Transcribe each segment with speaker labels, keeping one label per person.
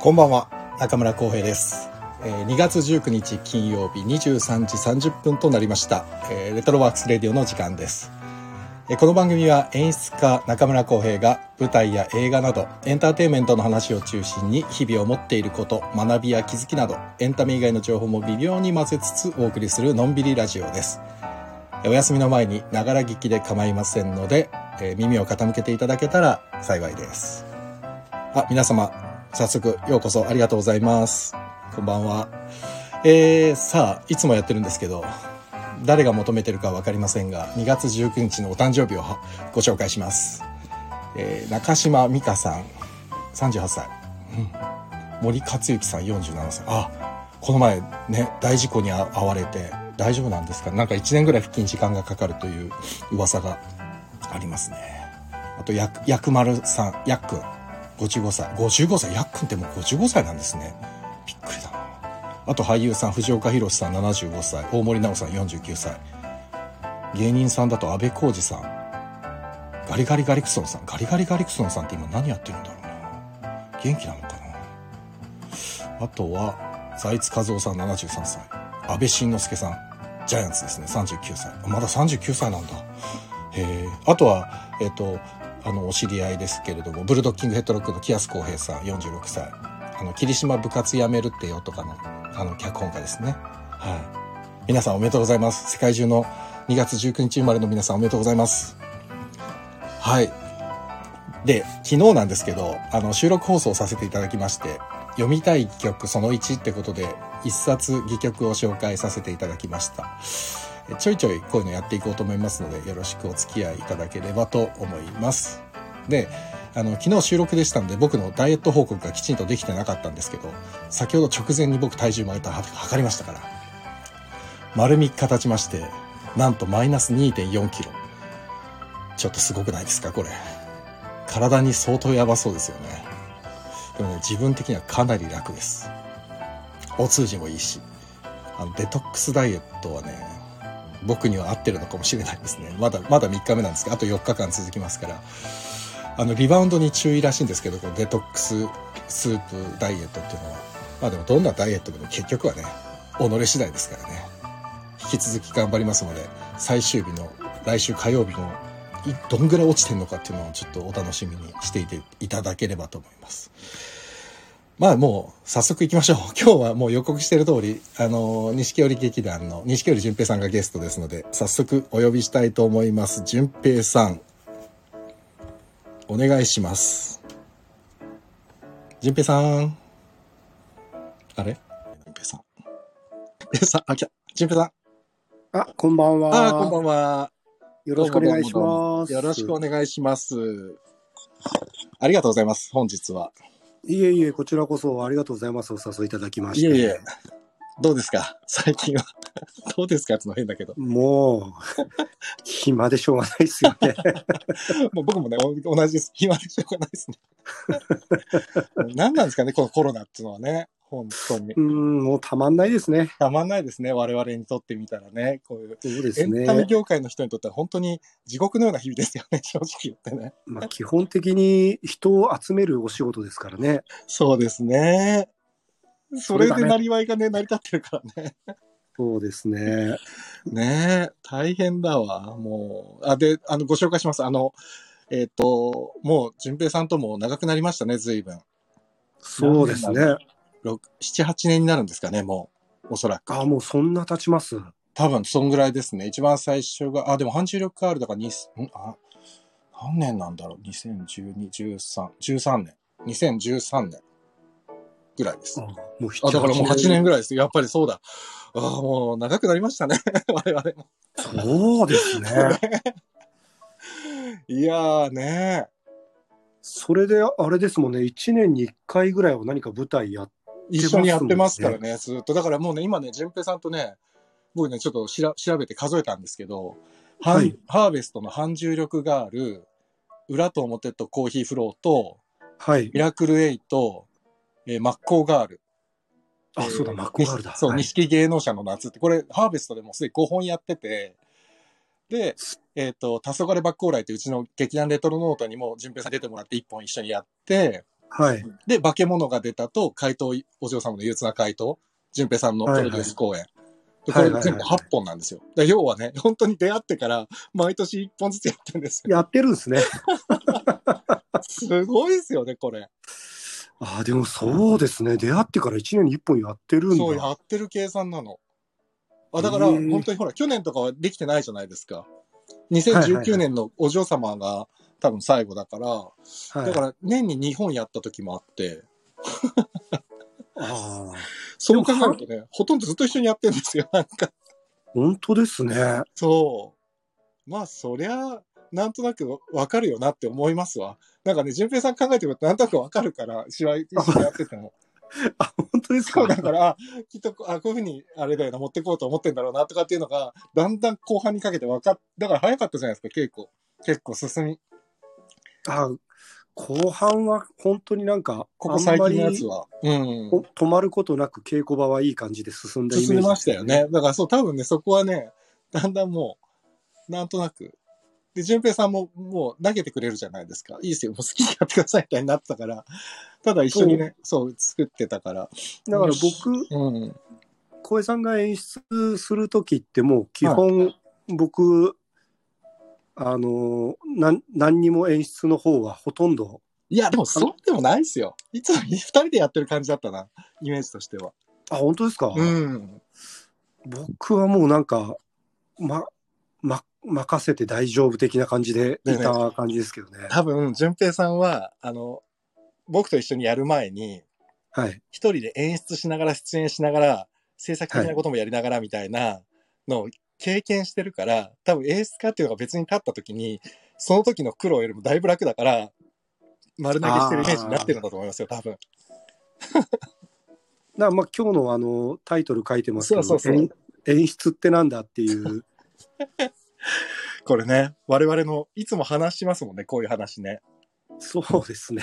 Speaker 1: こんばんは中村浩平です、えー2月19日金曜日23時30分となりました、えーレトロワークスレディオの時間です、えーこの番組は演出家中村浩平が舞台や映画などエンターテインメントの話を中心に日々を持っていること学びや気づきなどエンタメ以外の情報も微妙に混ぜつつお送りするのんびりラジオですえーお休みの前にながら聞きで構いませんので、えー耳を傾けていただけたら幸いですあ、皆様、早速、ようこそありがとうございます。こんばんは。えー、さあ、いつもやってるんですけど、誰が求めてるかわかりませんが、2月19日のお誕生日をご紹介します。えー、中島美香さん、38歳。うん、森克之さん、47歳。あ、この前、ね、大事故にあ遭われて、大丈夫なんですかなんか1年ぐらい復帰に時間がかかるという噂がありますね。あと、やく、やくまるさん、やっくん。55歳55歳やっくんってもう55歳なんですねびっくりだなあと俳優さん藤岡弘さん75歳大森奈緒さん49歳芸人さんだと安部浩二さんガリガリガリクソンさんガリガリガリクソンさんって今何やってるんだろうな元気なのかなあとは財津和夫さん73歳安倍晋之助さんジャイアンツですね39歳あまだ39歳なんだへえあとはえっ、とあのお知り合いですけれどもブルドッキングヘッドロックの木安浩平さん46歳あの霧島部活やめるってよとかのあの脚本家ですねはい皆さんおめでとうございます世界中の2月19日生まれの皆さんおめでとうございますはいで昨日なんですけどあの収録放送させていただきまして読みたい戯曲その1ってことで一冊戯曲を紹介させていただきましたえちょいちょいこういうのやっていこうと思いますのでよろしくお付き合いいただければと思いますであの昨日収録でしたんで僕のダイエット報告がきちんとできてなかったんですけど先ほど直前に僕体重まげたは測りましたから丸3日経ちましてなんとマイナス2 4キロちょっとすごくないですかこれ体に相当やばそうですよねでもね自分的にはかなり楽ですお通じもいいしあのデトックスダイエットはね僕には合ってるのかもしれないですねまだまだ3日目なんですけどあと4日間続きますからあのリバウンドに注意らしいんですけどこのデトックススープダイエットっていうのはまあでもどんなダイエットでも結局はね己次第ですからね引き続き頑張りますので最終日の来週火曜日のいどんぐらい落ちてんのかっていうのをちょっとお楽しみにしていていただければと思いますまあもう早速行きましょう。 今日はもう予告してる通り、あの、錦織劇団の錦織淳平さんがゲストですので、早速お呼びしたいと思います。淳平さん、お願いします。淳平さん。あれ淳平さん。淳平さん、あ、来た。淳平さん。
Speaker 2: あ、こんばんは。
Speaker 1: あー、こんばんは。
Speaker 2: よろしくお願いし
Speaker 1: どうもどうも
Speaker 2: ます。
Speaker 1: よろしくお願いします。ありがとうございます。本日は。
Speaker 2: いえいえ、こちらこそありがとうございます。お誘いいただきまし
Speaker 1: い
Speaker 2: て。
Speaker 1: えいえ。どうですか 最近は。どうですかってのは変だけど。
Speaker 2: もう、暇でしょうがないですよ ね。
Speaker 1: もう僕もね、お同じです。暇でしょうがない ですね。何なんですかね、このコロナっていうのはね。本当に
Speaker 2: う。ん、もうたまんないですね。
Speaker 1: たまんないですね。我々にとってみたらね。こういう。
Speaker 2: そうで
Speaker 1: エ
Speaker 2: す
Speaker 1: ンタメ
Speaker 2: ね。
Speaker 1: 業界の人にとっては本当に地獄のような日々ですよね、正直言ってね。
Speaker 2: まあ、基本的に人を集めるお仕事ですからね。
Speaker 1: そうですね。それ
Speaker 2: そ
Speaker 1: で
Speaker 2: れだね
Speaker 1: なりわいがね、成り立ってるからね。
Speaker 2: そうですね。
Speaker 1: ねえ、大変だわ、もう。あ、で、あの、ご紹介します。あの、えっ、と、もう、淳平さんとも長くなりましたね、随分。
Speaker 2: そうですね。
Speaker 1: 6、7、8年になるんですかね、もう。おそらく。
Speaker 2: あ、もうそんな経ちます。
Speaker 1: 多分、そんぐらいですね。一番最初が、あ、でも、反重力 R だから、に、んあ、何年なんだろう。2012、13、13年。2013年。ぐらいです
Speaker 2: あ。もう7
Speaker 1: あ、だからもう8年。ぐらいです。やっぱりそうだ。あーもう長くなりましたね。 我々も。
Speaker 2: そうですね。
Speaker 1: いやーね
Speaker 2: それで、あれですもんね。1年に1回ぐらいは何か舞台やっ
Speaker 1: 一緒にやってますからね、ずっと。だからもうね、今ね、淳平さんとね、僕ね、ちょっとしら調べて数えたんですけど、ハン
Speaker 2: はい
Speaker 1: ハーベストの半重力ガール、裏と表とコーヒーフローと、
Speaker 2: はい
Speaker 1: ミ。ラクルエイト、えー、マッコーガール。
Speaker 2: あ、そうだ、
Speaker 1: えー
Speaker 2: マッコガールだ。
Speaker 1: そう、
Speaker 2: はい
Speaker 1: 錦芸能者の夏って、これ、ハーベストでもうすでに5本やってて、で、えっ、と、黄昏バックオーライってうちの劇団レトロノートにも、淳平さん出てもらって1本一緒にやって、
Speaker 2: はい。
Speaker 1: で、化け物が出たと、怪盗、お嬢様の憂鬱な怪盗、淳平さんのプロデュース公演。でこれ全部
Speaker 2: はいはいはいはい
Speaker 1: 8本なんですよ。だから要はね、本当に出会ってから、毎年1本ずつやってるんです よ。
Speaker 2: やってるんですね。
Speaker 1: すごいですよね、これ。
Speaker 2: ああ、でもそうですね。出会ってから1年に1本やってるんだ。
Speaker 1: そう、やってる計算なの。あだから、
Speaker 2: へー
Speaker 1: 本当にほら、去年とかはできてないじゃないですか。
Speaker 2: はいはいは
Speaker 1: 2019
Speaker 2: い
Speaker 1: 年のお嬢様が多分最後だから、
Speaker 2: はい、
Speaker 1: だから年に2本やった時もあって、
Speaker 2: ああ、
Speaker 1: そう考えるとね、ほとんどずっと一緒にやってるんですよ、なんか。
Speaker 2: 本当ですね。
Speaker 1: そう。まあ、そりゃ、なんとなくわかるよなって思いますわ。なんかね、淳平さん考えてみるとなんとなくわかるから、芝 居一緒にやってても。
Speaker 2: あ、本当ですか。
Speaker 1: そうだから、あきっとこう、あ、こういうふうに、あれだよな、持ってこうと思ってんだろうな、とかっていうのが、だんだん後半にかけて分かっ、だから早かったじゃないですか、結構。結構進み。
Speaker 2: あ後半は本当になんか、
Speaker 1: ここ最近のやつ
Speaker 2: あんま
Speaker 1: は。うん
Speaker 2: り。お止まることなく稽古場はいい感じで進んだイメージ、
Speaker 1: 進みましたよ。ね。だからそう、多分ね、そこはね、だんだんもう、なんとなく。で、淳平さんももう投げてくれるじゃないですか。いいですよ、もう好きにやってくださいみたいになってたから。ただ一緒にね、そう、作ってたから。
Speaker 2: だから僕、
Speaker 1: うん。
Speaker 2: 小江さんが演出する時ってもう基本僕、あのなん何にも演出の方はほとんど
Speaker 1: いや、でもそうでもないですよ。いつも二人でやってる感じだったな、イメージとしては。
Speaker 2: あ本当ですか、
Speaker 1: うん。
Speaker 2: 僕はもうなんかまま任せて大丈夫的な感じでいた感じですけどね
Speaker 1: 多分、淳平さんは、あの、僕と一緒にやる前に、
Speaker 2: はい
Speaker 1: 一人で演出しながら、出演しながら、制作的なこともやりながらみたいなのを経験してるから、多分演出家っていうのが別に立った時に、その時の苦労よりもだいぶ楽だから、丸投げしてるイメージになってるんだと思いますよ、多分。
Speaker 2: だからまあ今日のあのタイトル書いてますけど
Speaker 1: そうそうそう
Speaker 2: 演演出ってなんだっていう
Speaker 1: これね、我々の、いつも話しますもんね、こういう話ね。
Speaker 2: そうですね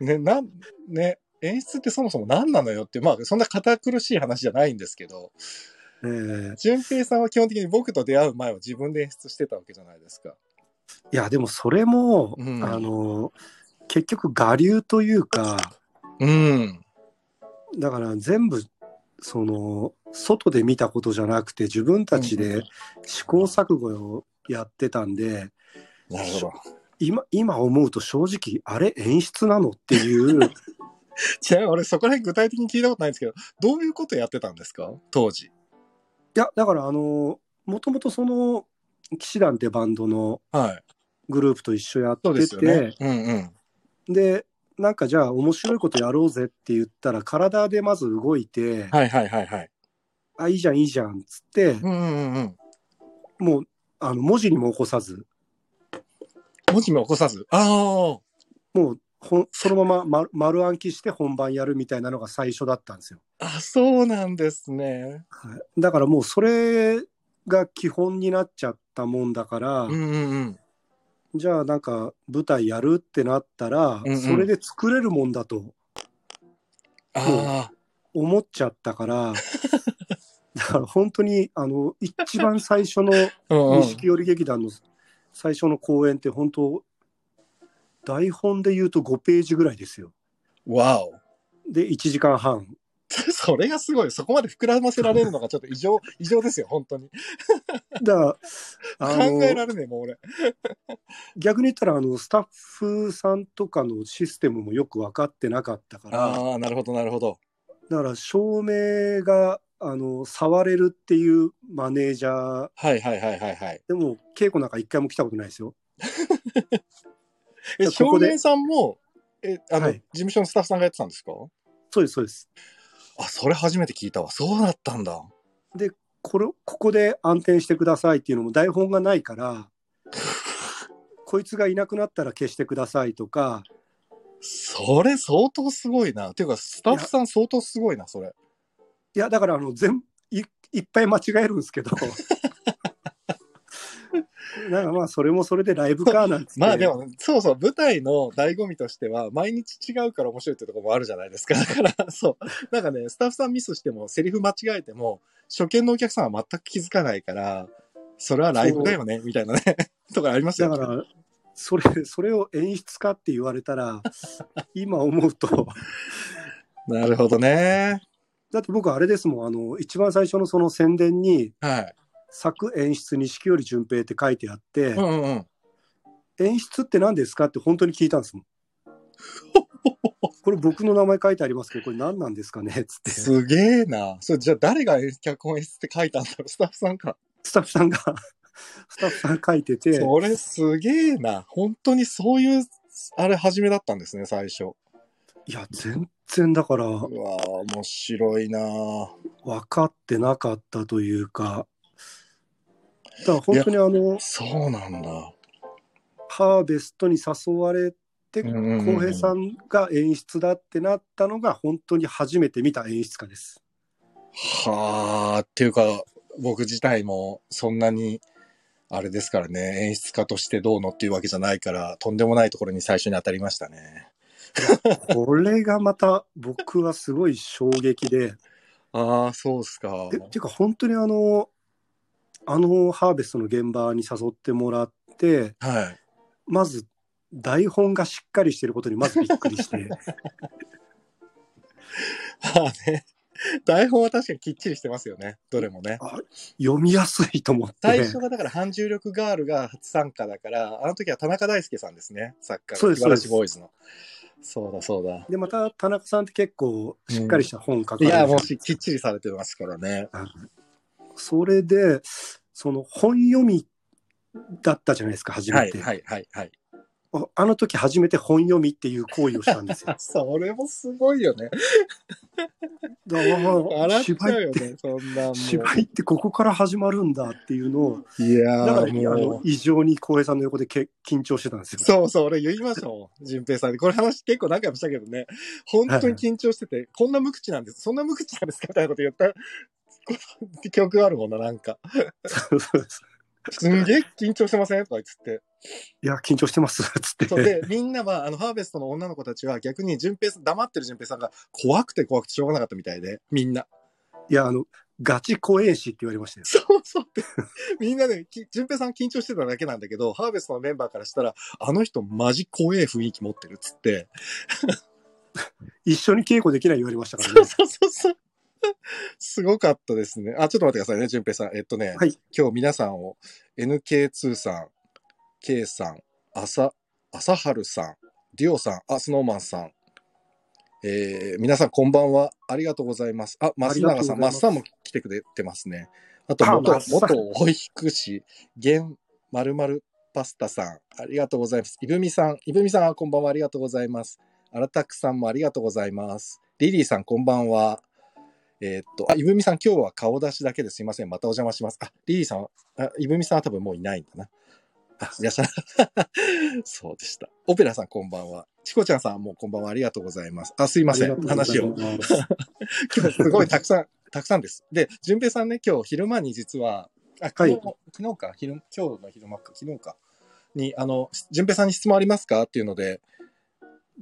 Speaker 1: ね、なん、ね、演出ってそもそも何なのよって、まあ、そんな堅苦しい話じゃないんですけど、
Speaker 2: えー
Speaker 1: 淳平さんは基本的に僕と出会う前は自分で演出してたわけじゃないですか。
Speaker 2: いやでもそれも、
Speaker 1: うん
Speaker 2: あの結局我流というか
Speaker 1: うん。
Speaker 2: だから全部その外で見たことじゃなくて自分たち
Speaker 1: う
Speaker 2: で
Speaker 1: ん
Speaker 2: 試行錯誤をやってたんで
Speaker 1: なるほど。
Speaker 2: 今今思うと正直あれ演出なのっていう
Speaker 1: ちなみに俺そこら辺具体的に聞いたことないんですけど、どういうことやってたんですか当時。
Speaker 2: いやだからあのもともとその騎士団ってバンドの
Speaker 1: はい。
Speaker 2: グループと一緒やっ
Speaker 1: そうで
Speaker 2: て
Speaker 1: すよ
Speaker 2: て
Speaker 1: ね。うんうん。
Speaker 2: でなんかじゃあ面白いことやろうぜって言ったら体でまず動いて、
Speaker 1: はいはいはいはい。
Speaker 2: あいいじゃんいいじゃんっつって、
Speaker 1: うんうんうん。
Speaker 2: もうあの文字にも起こさず
Speaker 1: 文字も起こさず。ああ。
Speaker 2: もうほんそのまま丸丸暗記して本番やるみたいなのが最初だったんですよ。
Speaker 1: あ、そうなんですね。
Speaker 2: はい、だからもうそれが基本になっちゃったもんだから、
Speaker 1: うんうんうん。
Speaker 2: じゃあなんか舞台やるってなったら、
Speaker 1: うんうん
Speaker 2: それで作れるもんだと
Speaker 1: ああ。
Speaker 2: 思っちゃったから だから本当にあの一番最初の
Speaker 1: うんうん
Speaker 2: 錦織劇団の最初の公演って本当台本で言うと5ページぐらいですよ。
Speaker 1: わお。
Speaker 2: で1時間半
Speaker 1: それがすごい。そこまで膨らませられるのがちょっと異 常、異常ですよ、本当に。
Speaker 2: だからあ
Speaker 1: 考え
Speaker 2: の
Speaker 1: られねえ、もう俺。
Speaker 2: 逆に言ったらあのスタッフさんとかのシステムもよく分かってなかったから
Speaker 1: ああ、なるほどなるほど。
Speaker 2: だから照明があの触れるっていうマネージャー
Speaker 1: はいはいはいはいはい。
Speaker 2: でも稽古なんか一回も来たことないですよ。
Speaker 1: え、
Speaker 2: ここ
Speaker 1: 少
Speaker 2: で
Speaker 1: 年さんも、え、あの、
Speaker 2: はい
Speaker 1: 事務所のスタッフさんがやってたんですか
Speaker 2: そうですそうです。
Speaker 1: あ、それ初めて聞いたわ。そうだったんだ。
Speaker 2: これここで暗転してくださいっていうのも台本がないからこいつがいなくなったら消してくださいとか
Speaker 1: それ相当すごいな。ていうか、スタッフさん相当すごいな、それ。
Speaker 2: いやだからあの全いいっぱい間違えるんですけど。 なんかまあそれもそれでライブかなんつって
Speaker 1: まあでも、そうそう、舞台の醍醐味としては、毎日違うから面白いってところもあるじゃないですか。だから、 そう。なんかね、スタッフさんミスしても、セリフ間違えても、初見のお客さん は全く気づかないから、それはライブだよね、みたいなね、とかありますよ
Speaker 2: だから、それそれを演出家って言われた ら今思うと
Speaker 1: なるほどね。
Speaker 2: だって僕あれですもんあの一番最初のその宣伝に
Speaker 1: はい。
Speaker 2: 作演出錦織淳平って書いてあって、
Speaker 1: うんうんうん。
Speaker 2: 演出って何ですかって本当に聞いたんですもん。これ僕の名前書いてありますけどこれ何なんですかねっつって
Speaker 1: すげえな。それじゃあ誰が脚本演出って書いたんだろうスタッフさんか。
Speaker 2: スタッフさん がスタッフさん書いてて
Speaker 1: それすげえな。本当にそういう、あれ、初めだったんですね、最初。
Speaker 2: いや全然だから
Speaker 1: うわあ面白いなあ
Speaker 2: 分かってなかったというかだから本当にあの
Speaker 1: そうなんだ。
Speaker 2: ハーベストに誘われて
Speaker 1: う
Speaker 2: 浩
Speaker 1: んうんうん
Speaker 2: 平さんが演出だってなったのが本当に初めて見た演出家です。
Speaker 1: はあ、っていうか、僕自体もそんなに、あれですからね、演出家としてどうのっていうわけじゃないから、とんでもないところに最初に当たりましたね。
Speaker 2: これがまた僕はすごい衝撃で。
Speaker 1: ああ、そうっすか
Speaker 2: えっていうか本当にあのあのハーベストの現場に誘ってもらって
Speaker 1: はい。
Speaker 2: まず台本がしっかりしてることにまずびっくりして
Speaker 1: まあね、台本は確かにきっちりしてますよね、どれもね。
Speaker 2: 読みやすいと思って
Speaker 1: 最初がだから、反重力ガールが初参加だから、あの時は田中大輔さんですね、作家
Speaker 2: そう
Speaker 1: の。
Speaker 2: ですそうです
Speaker 1: しボーイズの。そうだ、そうだ。
Speaker 2: でまた田中さんって結構しっかりした本書かれ
Speaker 1: い
Speaker 2: るじゃ
Speaker 1: や、
Speaker 2: ん
Speaker 1: もうしきっちりされてますからね。
Speaker 2: それでその本読みだったじゃないですか初
Speaker 1: は
Speaker 2: め
Speaker 1: い、
Speaker 2: て、
Speaker 1: はい、はい、はい。。
Speaker 2: ああの時初めて本読みっていう行為をしたんですよ
Speaker 1: それもすごいよね。
Speaker 2: だから
Speaker 1: 笑っち
Speaker 2: 芝
Speaker 1: ゃう
Speaker 2: 居
Speaker 1: よ
Speaker 2: っ
Speaker 1: ね
Speaker 2: て、
Speaker 1: そんなんも
Speaker 2: 芝居ってここから始まるんだっていうのを
Speaker 1: う。いや
Speaker 2: だから、
Speaker 1: ー
Speaker 2: あ
Speaker 1: も
Speaker 2: の
Speaker 1: う。
Speaker 2: 異常に浩平さんの横でけ緊張してたんですよ。
Speaker 1: そうそう、俺言いましたもん。淳平さんに。これ話結構何回もしたけどね。本当に緊張してて、こんな無口なんです。そんな無口なんですかみたいなこと言 ったこと記憶があるもんな、なんか。すんげえ緊張してませんとか言ってて。
Speaker 2: いや、緊張してます、つっ
Speaker 1: そう
Speaker 2: て。
Speaker 1: で、みんなは、あの、ハーベストの女の子たちは逆に淳平さん、黙ってる淳平さんが怖くて怖くてしょうがなかったみたいで、みんな。
Speaker 2: いや、あの、ガチ怖えしって言われました よ。
Speaker 1: そうそうって。みんなね、き淳平さん緊張してただけなんだけど、ハーベストのメンバーからしたら、あの人マジ怖え雰囲気持ってるっつって。
Speaker 2: 一緒に稽古できない言われましたから
Speaker 1: そう
Speaker 2: ね。
Speaker 1: そうそうそう。すごかったですね。あ、ちょっと待ってくださいね、淳平さん。えっとね、
Speaker 2: はい
Speaker 1: 今日皆さんを NK2 さん、K さん、朝、朝春さん、デュオさん、あ、スノーマンさん。えー、皆さんこんばんは。ありがとうございます。あ、松永さん、松
Speaker 2: ありがとうございます
Speaker 1: さんも来てくれてますね。あと
Speaker 2: あ
Speaker 1: 元、
Speaker 2: マスさん
Speaker 1: 元保育士、現〇〇パスタさん、ありがとうございます。いぶみさん、いぶみさん、こんばんは。ありがとうございます。あらたくさんもありがとうございます。リリーさん、こんばんは。えーっと、あ、いぶみさん、今日は顔出しだけですいません。またお邪魔します。あ、リリーさんは、あいぶみさんは多分もういないんだな。あ、いらっしゃら そうでした。オペラさん、こんばんは。チコちゃんさん、もうこんばんは。ありがとうございます。あ、すいません。話を。今 日すごいたくさん、たくさんです。で、淳平さんね、今日昼間に実は、あ、昨日、
Speaker 2: は
Speaker 1: 昨日か、昼、今日の昼間か、昨日か、に、あの、淳平さんに質問ありますかっていうので、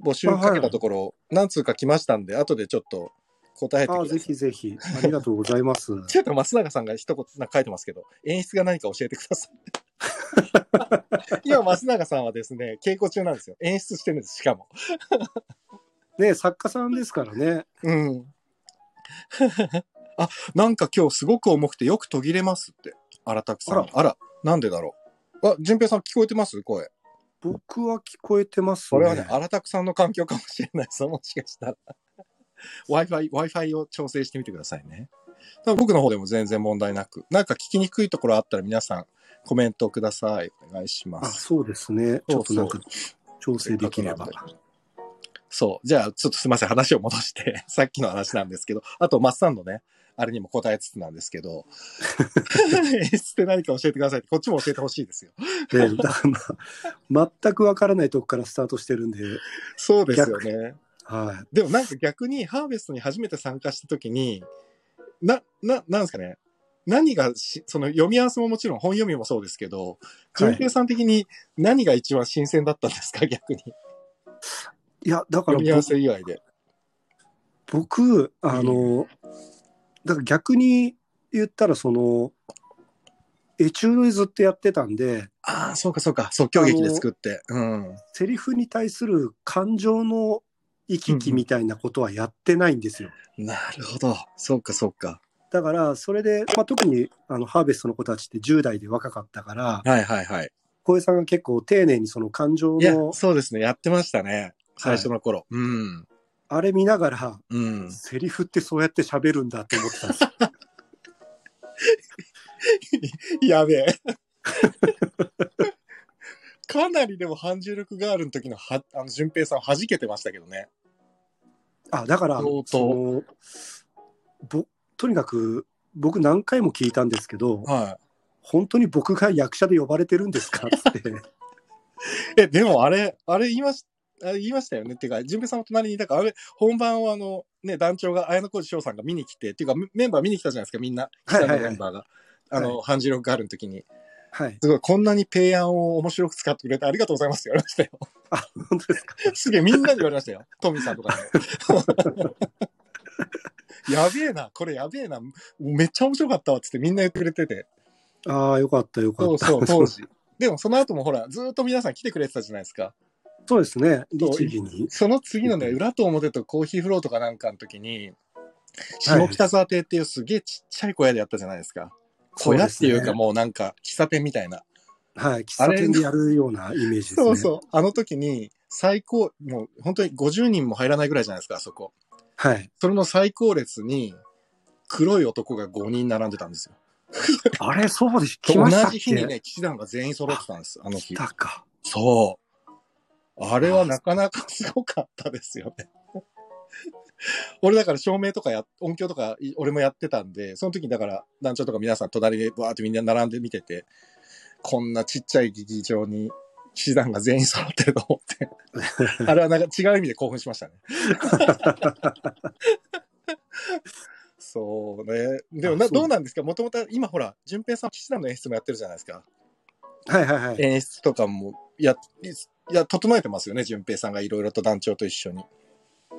Speaker 1: 募集かけたところ、何通か来ましたんで、後でちょっと答えて
Speaker 2: ああ、
Speaker 1: くだ
Speaker 2: ぜ
Speaker 1: さい。
Speaker 2: ひぜひ。ありがとうございます。
Speaker 1: ちょっと松永さんが一言なんか書いてますけど、演出が何か教えてくださ い。今、松永さんはですね、稽古中なんですよ。演出してるんです、しかも。
Speaker 2: ね、作家さんですからね。
Speaker 1: うん。 あ、なんか今日すごく重くてよく途切れますって。あらたくさん。あ
Speaker 2: あ
Speaker 1: ら
Speaker 2: ら、
Speaker 1: なんでだろう。あ、淳平さん聞こえてます声。
Speaker 2: 僕は聞こえてます、ね。
Speaker 1: それはね、あらたくさんの環境かもしれないです。もしかしたら。Wi-Fi、Wi-Fi を調整してみてくださいね。多分僕の方でも全然問題なく。なんか聞きにくいところあったら皆さんコメントください。お願いしま
Speaker 2: あ、
Speaker 1: す。
Speaker 2: そうですね。ち
Speaker 1: そ
Speaker 2: ょ
Speaker 1: う
Speaker 2: っ
Speaker 1: そ
Speaker 2: と
Speaker 1: う
Speaker 2: なんか調整できれば。
Speaker 1: そう。じゃあ、ちょっとすいません。話を戻して、 さっきの話なんですけど、あと、マッサンのね、あれにも答えつつなんですけど、 演出って何か教えてくださいって、こっちも教えてほしいですよ。
Speaker 2: え えだからまあ、全くわからないとこからスタートしてるんで、
Speaker 1: そうですよね。
Speaker 2: はい。
Speaker 1: でもなんか逆に、ハーベストに初めて参加した時に、な、な、なんですかね、何がし、その読み合わせももちろん本読みもそうですけど、
Speaker 2: はい
Speaker 1: 純平さん的に何が一番新鮮だったんですか、逆に。
Speaker 2: いや、だから
Speaker 1: 読み合わ
Speaker 2: 僕
Speaker 1: せ以外で。
Speaker 2: 僕あの、だから逆に言ったらそのエチュードイずっとやってたんで
Speaker 1: ああ、そうかそうか。即興劇で作って。うん。
Speaker 2: セリフに対する感情の行き来みたいなことはやってないんですよ。
Speaker 1: なるほど。そうかそうか。
Speaker 2: だから、それで、まあ、特にあのハーベストの子たちって10代で若かったから、
Speaker 1: はいはいはい。
Speaker 2: 小江さんが結構丁寧にその感情
Speaker 1: いや、
Speaker 2: の、
Speaker 1: そうですね。やってましたね。最初の頃。うん。
Speaker 2: あれ見ながら、
Speaker 1: うん。
Speaker 2: セリフってそうやって喋るんだって思ってた んですよ。
Speaker 1: やべえ。 かなりでも、半重力ガールの時のは、あの、淳平さん弾けてましたけどね。
Speaker 2: あ、だから、
Speaker 1: 相当
Speaker 2: その、ぼ、とにかく、僕何回も聞いたんですけど、
Speaker 1: は
Speaker 2: 本当に僕が役者で呼ばれてるんですか って。
Speaker 1: い。え、でもあれ、あれ言いましあれ言いましたよね。っていうか、淳平さんの隣にいたから、あれ、本番はあの、ね、団長が綾小路翔さんが見に来て、っていうか、メメンバー見に来たじゃないですか、みんな。
Speaker 2: はいはいはい
Speaker 1: 北のメンバーが。あの、半重力ガールの時に。
Speaker 2: はい。
Speaker 1: すごい、こんなにペイアンを面白く使ってくれてありがとうございますって言われましたよ。
Speaker 2: あ、本当ですか。
Speaker 1: すげえ、みんなで言われましたよ。トミーさんとかに。やべえな、これやべえな、めっちゃ面白かったわっつってみんな言ってくれてて。
Speaker 2: ああ、よかったよか
Speaker 1: そう
Speaker 2: った。
Speaker 1: そう、当 時。でもその後もほら、ずーっと皆さん来てくれてたじゃないですか。
Speaker 2: そうですね。律儀に。
Speaker 1: その次のね、裏と表とコーヒーフローとかなんかの時に、下北沢亭っていうすげえちっちゃい小屋でやったじゃないですか。小屋っていうかもうなんか喫茶店みたいな。
Speaker 2: はい。喫茶店でやるようなイメージですね。
Speaker 1: そうそう。あの時に最高、もう本当に50人も入らないぐらいじゃないですか、あそこ。
Speaker 2: はい。
Speaker 1: それの最高列に、黒い男が5人並んでたんですよ。
Speaker 2: あれ、そうでし来
Speaker 1: 同
Speaker 2: ましたっ
Speaker 1: じ
Speaker 2: け
Speaker 1: 日にね、騎士団が全員揃ってたんです、あの
Speaker 2: 来
Speaker 1: 日。
Speaker 2: たか。
Speaker 1: そう。あれはなかなかすごかったですよね。 俺だから照明とかや、音響とかい俺もやってたんで、その時にだから団長とか皆さん隣でわーってみんな並んで見てて、こんなちっちゃい劇場に騎士団が全員揃ってると思って、 あれはなんか違う意味で興奮しましたね。そうね。でもな
Speaker 2: あそう
Speaker 1: どうなんですかもともと今ほら、淳平さん騎士団の演出もやってるじゃないですか。
Speaker 2: はいはいはい。
Speaker 1: 演出とかもや、いや、整えてますよね、淳平さんがいろいろと団長と一緒に。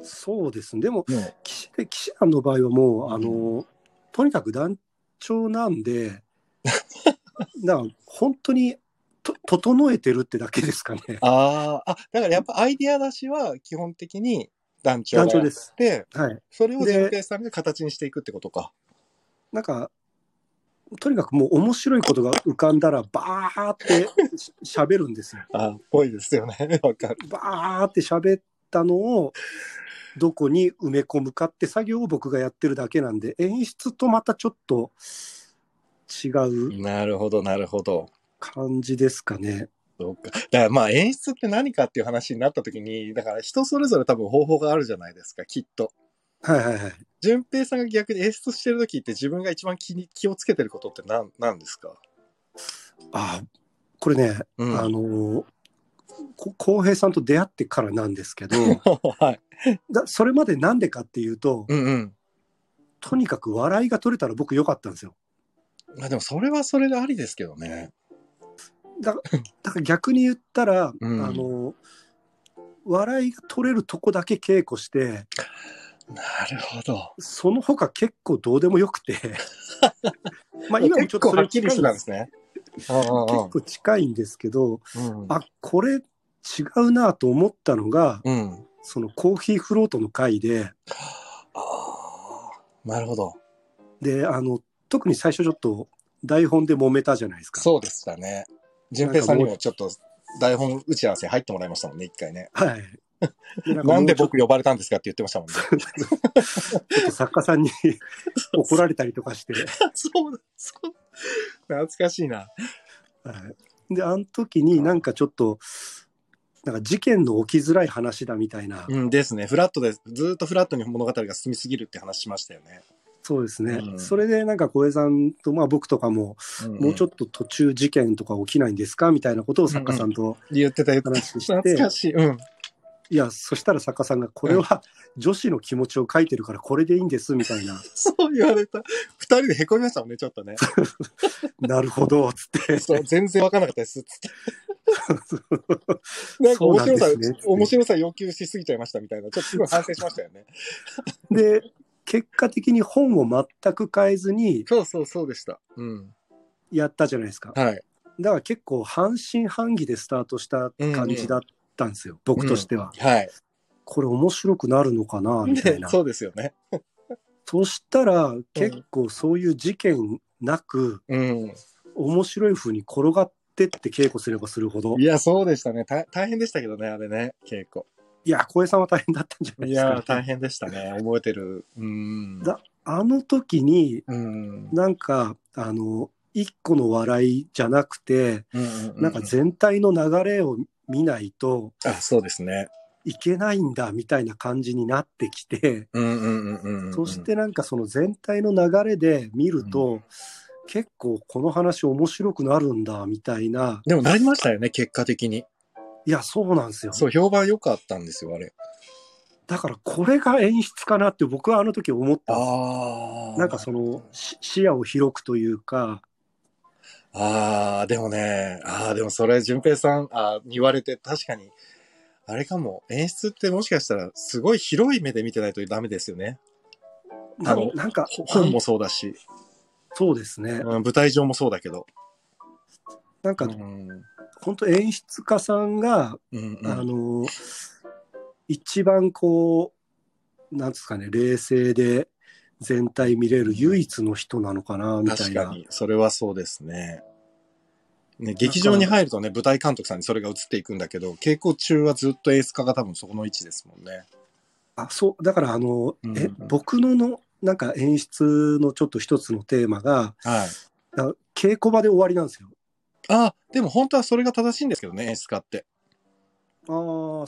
Speaker 2: そうですね。でも、
Speaker 1: ね、
Speaker 2: 岸士騎士団の場合はも
Speaker 1: う
Speaker 2: う、
Speaker 1: ん
Speaker 2: あの、とにかく団長なんで、だから本当にと、整えてるってだけですかね。
Speaker 1: ああ、あ、だからやっぱアイディア出しは基本的に団長
Speaker 2: 団
Speaker 1: が
Speaker 2: 長
Speaker 1: や
Speaker 2: で
Speaker 1: っ
Speaker 2: す。
Speaker 1: て、
Speaker 2: はい。
Speaker 1: それを
Speaker 2: で
Speaker 1: 淳平さんが形にしていくってことか。
Speaker 2: なんか、とにかくもう面白いことが浮かんだら、バーってし喋るんですよ。
Speaker 1: あーぽいですよね。 わかる。
Speaker 2: バーって喋ったのを、どこに埋め込むかって作業を僕がやってるだけなんで、演出とまたちょっと違う
Speaker 1: なるほど、なるほど。
Speaker 2: 感じですかね。
Speaker 1: そうか。だからまあ演出って何かっていう話になった時に、だから人それぞれ多分方法があるじゃないですか、きっと。
Speaker 2: はいはいはい。
Speaker 1: 淳平さんが逆に演出してる時って自分が一番気に気をつけてることって何、何ですか
Speaker 2: あこれね、
Speaker 1: うん。
Speaker 2: あのー、こ浩平さんと出会ってからなんですけど、
Speaker 1: はい。
Speaker 2: だそれまでなんでかっていうと、
Speaker 1: うんうん。
Speaker 2: とにかく笑いが取れたら僕良かったんですよ。
Speaker 1: まあでもそれはそれでありですけどね。
Speaker 2: だだから逆に言ったら、
Speaker 1: うん
Speaker 2: あの笑いが取れるとこだけ稽古して
Speaker 1: なるほど。
Speaker 2: その他結構どうでもよく てまあ今もち
Speaker 1: 結
Speaker 2: ょっと
Speaker 1: 構
Speaker 2: そ
Speaker 1: は
Speaker 2: れ
Speaker 1: っきりしてたんですね。
Speaker 2: 結構近いんですけど
Speaker 1: うん
Speaker 2: あこれ違うなと思ったのが
Speaker 1: うん。
Speaker 2: そのコーヒーフロートの回で
Speaker 1: ああー、なるほど。
Speaker 2: であの特に最初ちょっと台本で揉めたじゃないですか。
Speaker 1: そうでしたね。淳平さんにもちょっと台本打ち合わせ入ってもらいましたもんね、一回ね。
Speaker 2: はい、でなんか
Speaker 1: なんで
Speaker 2: もう
Speaker 1: 僕呼ばれたんですかって言ってましたもんね。
Speaker 2: ちょっと作家さんに 怒られたりとかして、
Speaker 1: そうだ、そう。懐かしいな。
Speaker 2: はい、であの時になんかちょっとなんか事件の起きづらい話だみたいな、
Speaker 1: うんですね。フラットです。ずーっとフラットに物語が進みすぎるって話しましたよね。
Speaker 2: そうですね、
Speaker 1: うん
Speaker 2: それでなんか小江さんと、まあ、僕とかも、もうちょ
Speaker 1: っ
Speaker 2: っと途中事件とか起きないんですかみたいなことを作家さんと
Speaker 1: と言ってた言ってた。
Speaker 2: 話 して、
Speaker 1: 懐かしい。うん。
Speaker 2: いやそしたら作家さんがこれは女子の気持ちを書いてるからこれでいいんですみた いな
Speaker 1: そう言われた。二人で凹みましたもんね、ちょっとね。
Speaker 2: なるほどっつって
Speaker 1: そう、全然わからなかったです。 つってなんか
Speaker 2: そう
Speaker 1: 面
Speaker 2: なんで
Speaker 1: 白さ、
Speaker 2: すね
Speaker 1: 面白さ要求しすぎちゃいましたみたいな。ちょっとすごい反省しましたよ ね。
Speaker 2: で結果的に本を全く変えずに
Speaker 1: そうそうそうでした。うん。
Speaker 2: やったじゃないですか。
Speaker 1: はい。
Speaker 2: だから結構半信半疑でスタートした感じだったんですよ、僕としては、
Speaker 1: はい。
Speaker 2: これ面白くなるのかなみたいな。
Speaker 1: そうですよね。
Speaker 2: そしたら結構そういう事件なく、
Speaker 1: うん。
Speaker 2: 面白い風に転がってって稽古すればするほど
Speaker 1: い、や、そうでしたね。た大変でしたけどね、あれね、稽古。
Speaker 2: いや、小江さんは大変だったんじゃない
Speaker 1: い
Speaker 2: です
Speaker 1: や、
Speaker 2: か。
Speaker 1: 大変でしたね。覚えてる。うん。
Speaker 2: だあの時に、
Speaker 1: うん。
Speaker 2: なんか、あの、一個の笑いじゃなくて、
Speaker 1: な
Speaker 2: なんか全体の流れを見ないと
Speaker 1: あ、そうですね。
Speaker 2: いけないんだみたいな感じになってきて、
Speaker 1: うんうんうんうんうん。
Speaker 2: そし、てなんかその全体の流れで見ると、結構この話面白くなるんだみたいな、
Speaker 1: でもなりましたよね、結果的に。
Speaker 2: いや、そうなんですよ。
Speaker 1: そう、評判良かったんですよ、あれ。
Speaker 2: だからこれが演出かなって僕はあの時思ったんです。
Speaker 1: あ
Speaker 2: なんかそのし視野を広くというか、
Speaker 1: ああ、でもね、ああ、でもそれ、淳平さんあーに言われて、確かに、あれかも、演出ってもしかしたら、すごい広い目で見てないとダメですよね。あ
Speaker 2: な
Speaker 1: の
Speaker 2: なんか
Speaker 1: ほ、本もそうだし、
Speaker 2: そうですね。
Speaker 1: うん舞台上もそうだけど。
Speaker 2: なんか
Speaker 1: うん
Speaker 2: 本当演出家さんが、
Speaker 1: うんう
Speaker 2: あ
Speaker 1: ん
Speaker 2: の、一番こう、なんですかね、冷静で全体見れる唯一の人なのかな、みたい
Speaker 1: 確か
Speaker 2: な。
Speaker 1: に、それはそうですね。ね、劇場に入るとね、舞台監督さんにそれが映っていくんだけど、稽古中はずっとエース化が多分そこの位置ですもんね。
Speaker 2: あそう、だからあの、
Speaker 1: うん
Speaker 2: え、僕のの、なんか演出のちょっと一つのテーマが、
Speaker 1: はい。
Speaker 2: あ稽古場で終わりなんですよ。
Speaker 1: ああ、でも本当はそれが正しいんですけどね、演出家って。
Speaker 2: ああ、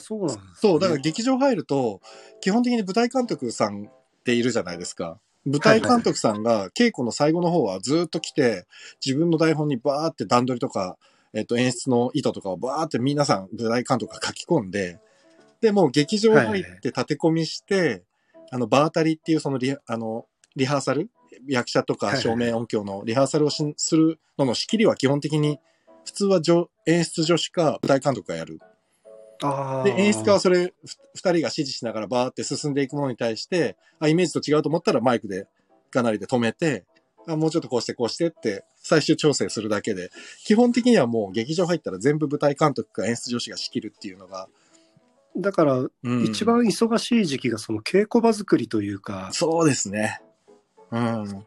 Speaker 2: そうなんですね、
Speaker 1: そう、だから劇場入ると、基本的に舞台監督さんっているじゃないですか。舞台監督さんが稽古の最後の方はずっと来て、自分の台本にバーって段取りとか、えっと演出の意図とかをバーって皆さん舞台監督が書き込んで、で、もう劇場入って立て込みして、あの、バータリっていうそのリハ、あの、リハーサル役者と
Speaker 2: はい
Speaker 1: か
Speaker 2: はい
Speaker 1: 照明音響のリハーサルをしするのの仕切りは基本的に、普通は上演出助手か舞台監督がやる。
Speaker 2: ああ。
Speaker 1: で、演出家はそれ、ふ二人が指示しながらバーって進んでいくものに対して、あ、イメージと違うと思ったらマイクで、かなりで止めて、あ、もうちょっとこうしてこうしてって、最終調整するだけで、基本的にはもう劇場入ったら全部舞台監督か演出女子が仕切るっていうのが、
Speaker 2: だから、
Speaker 1: うん
Speaker 2: 一番忙しい時期がその稽古場作りというか、
Speaker 1: そうですね。うん。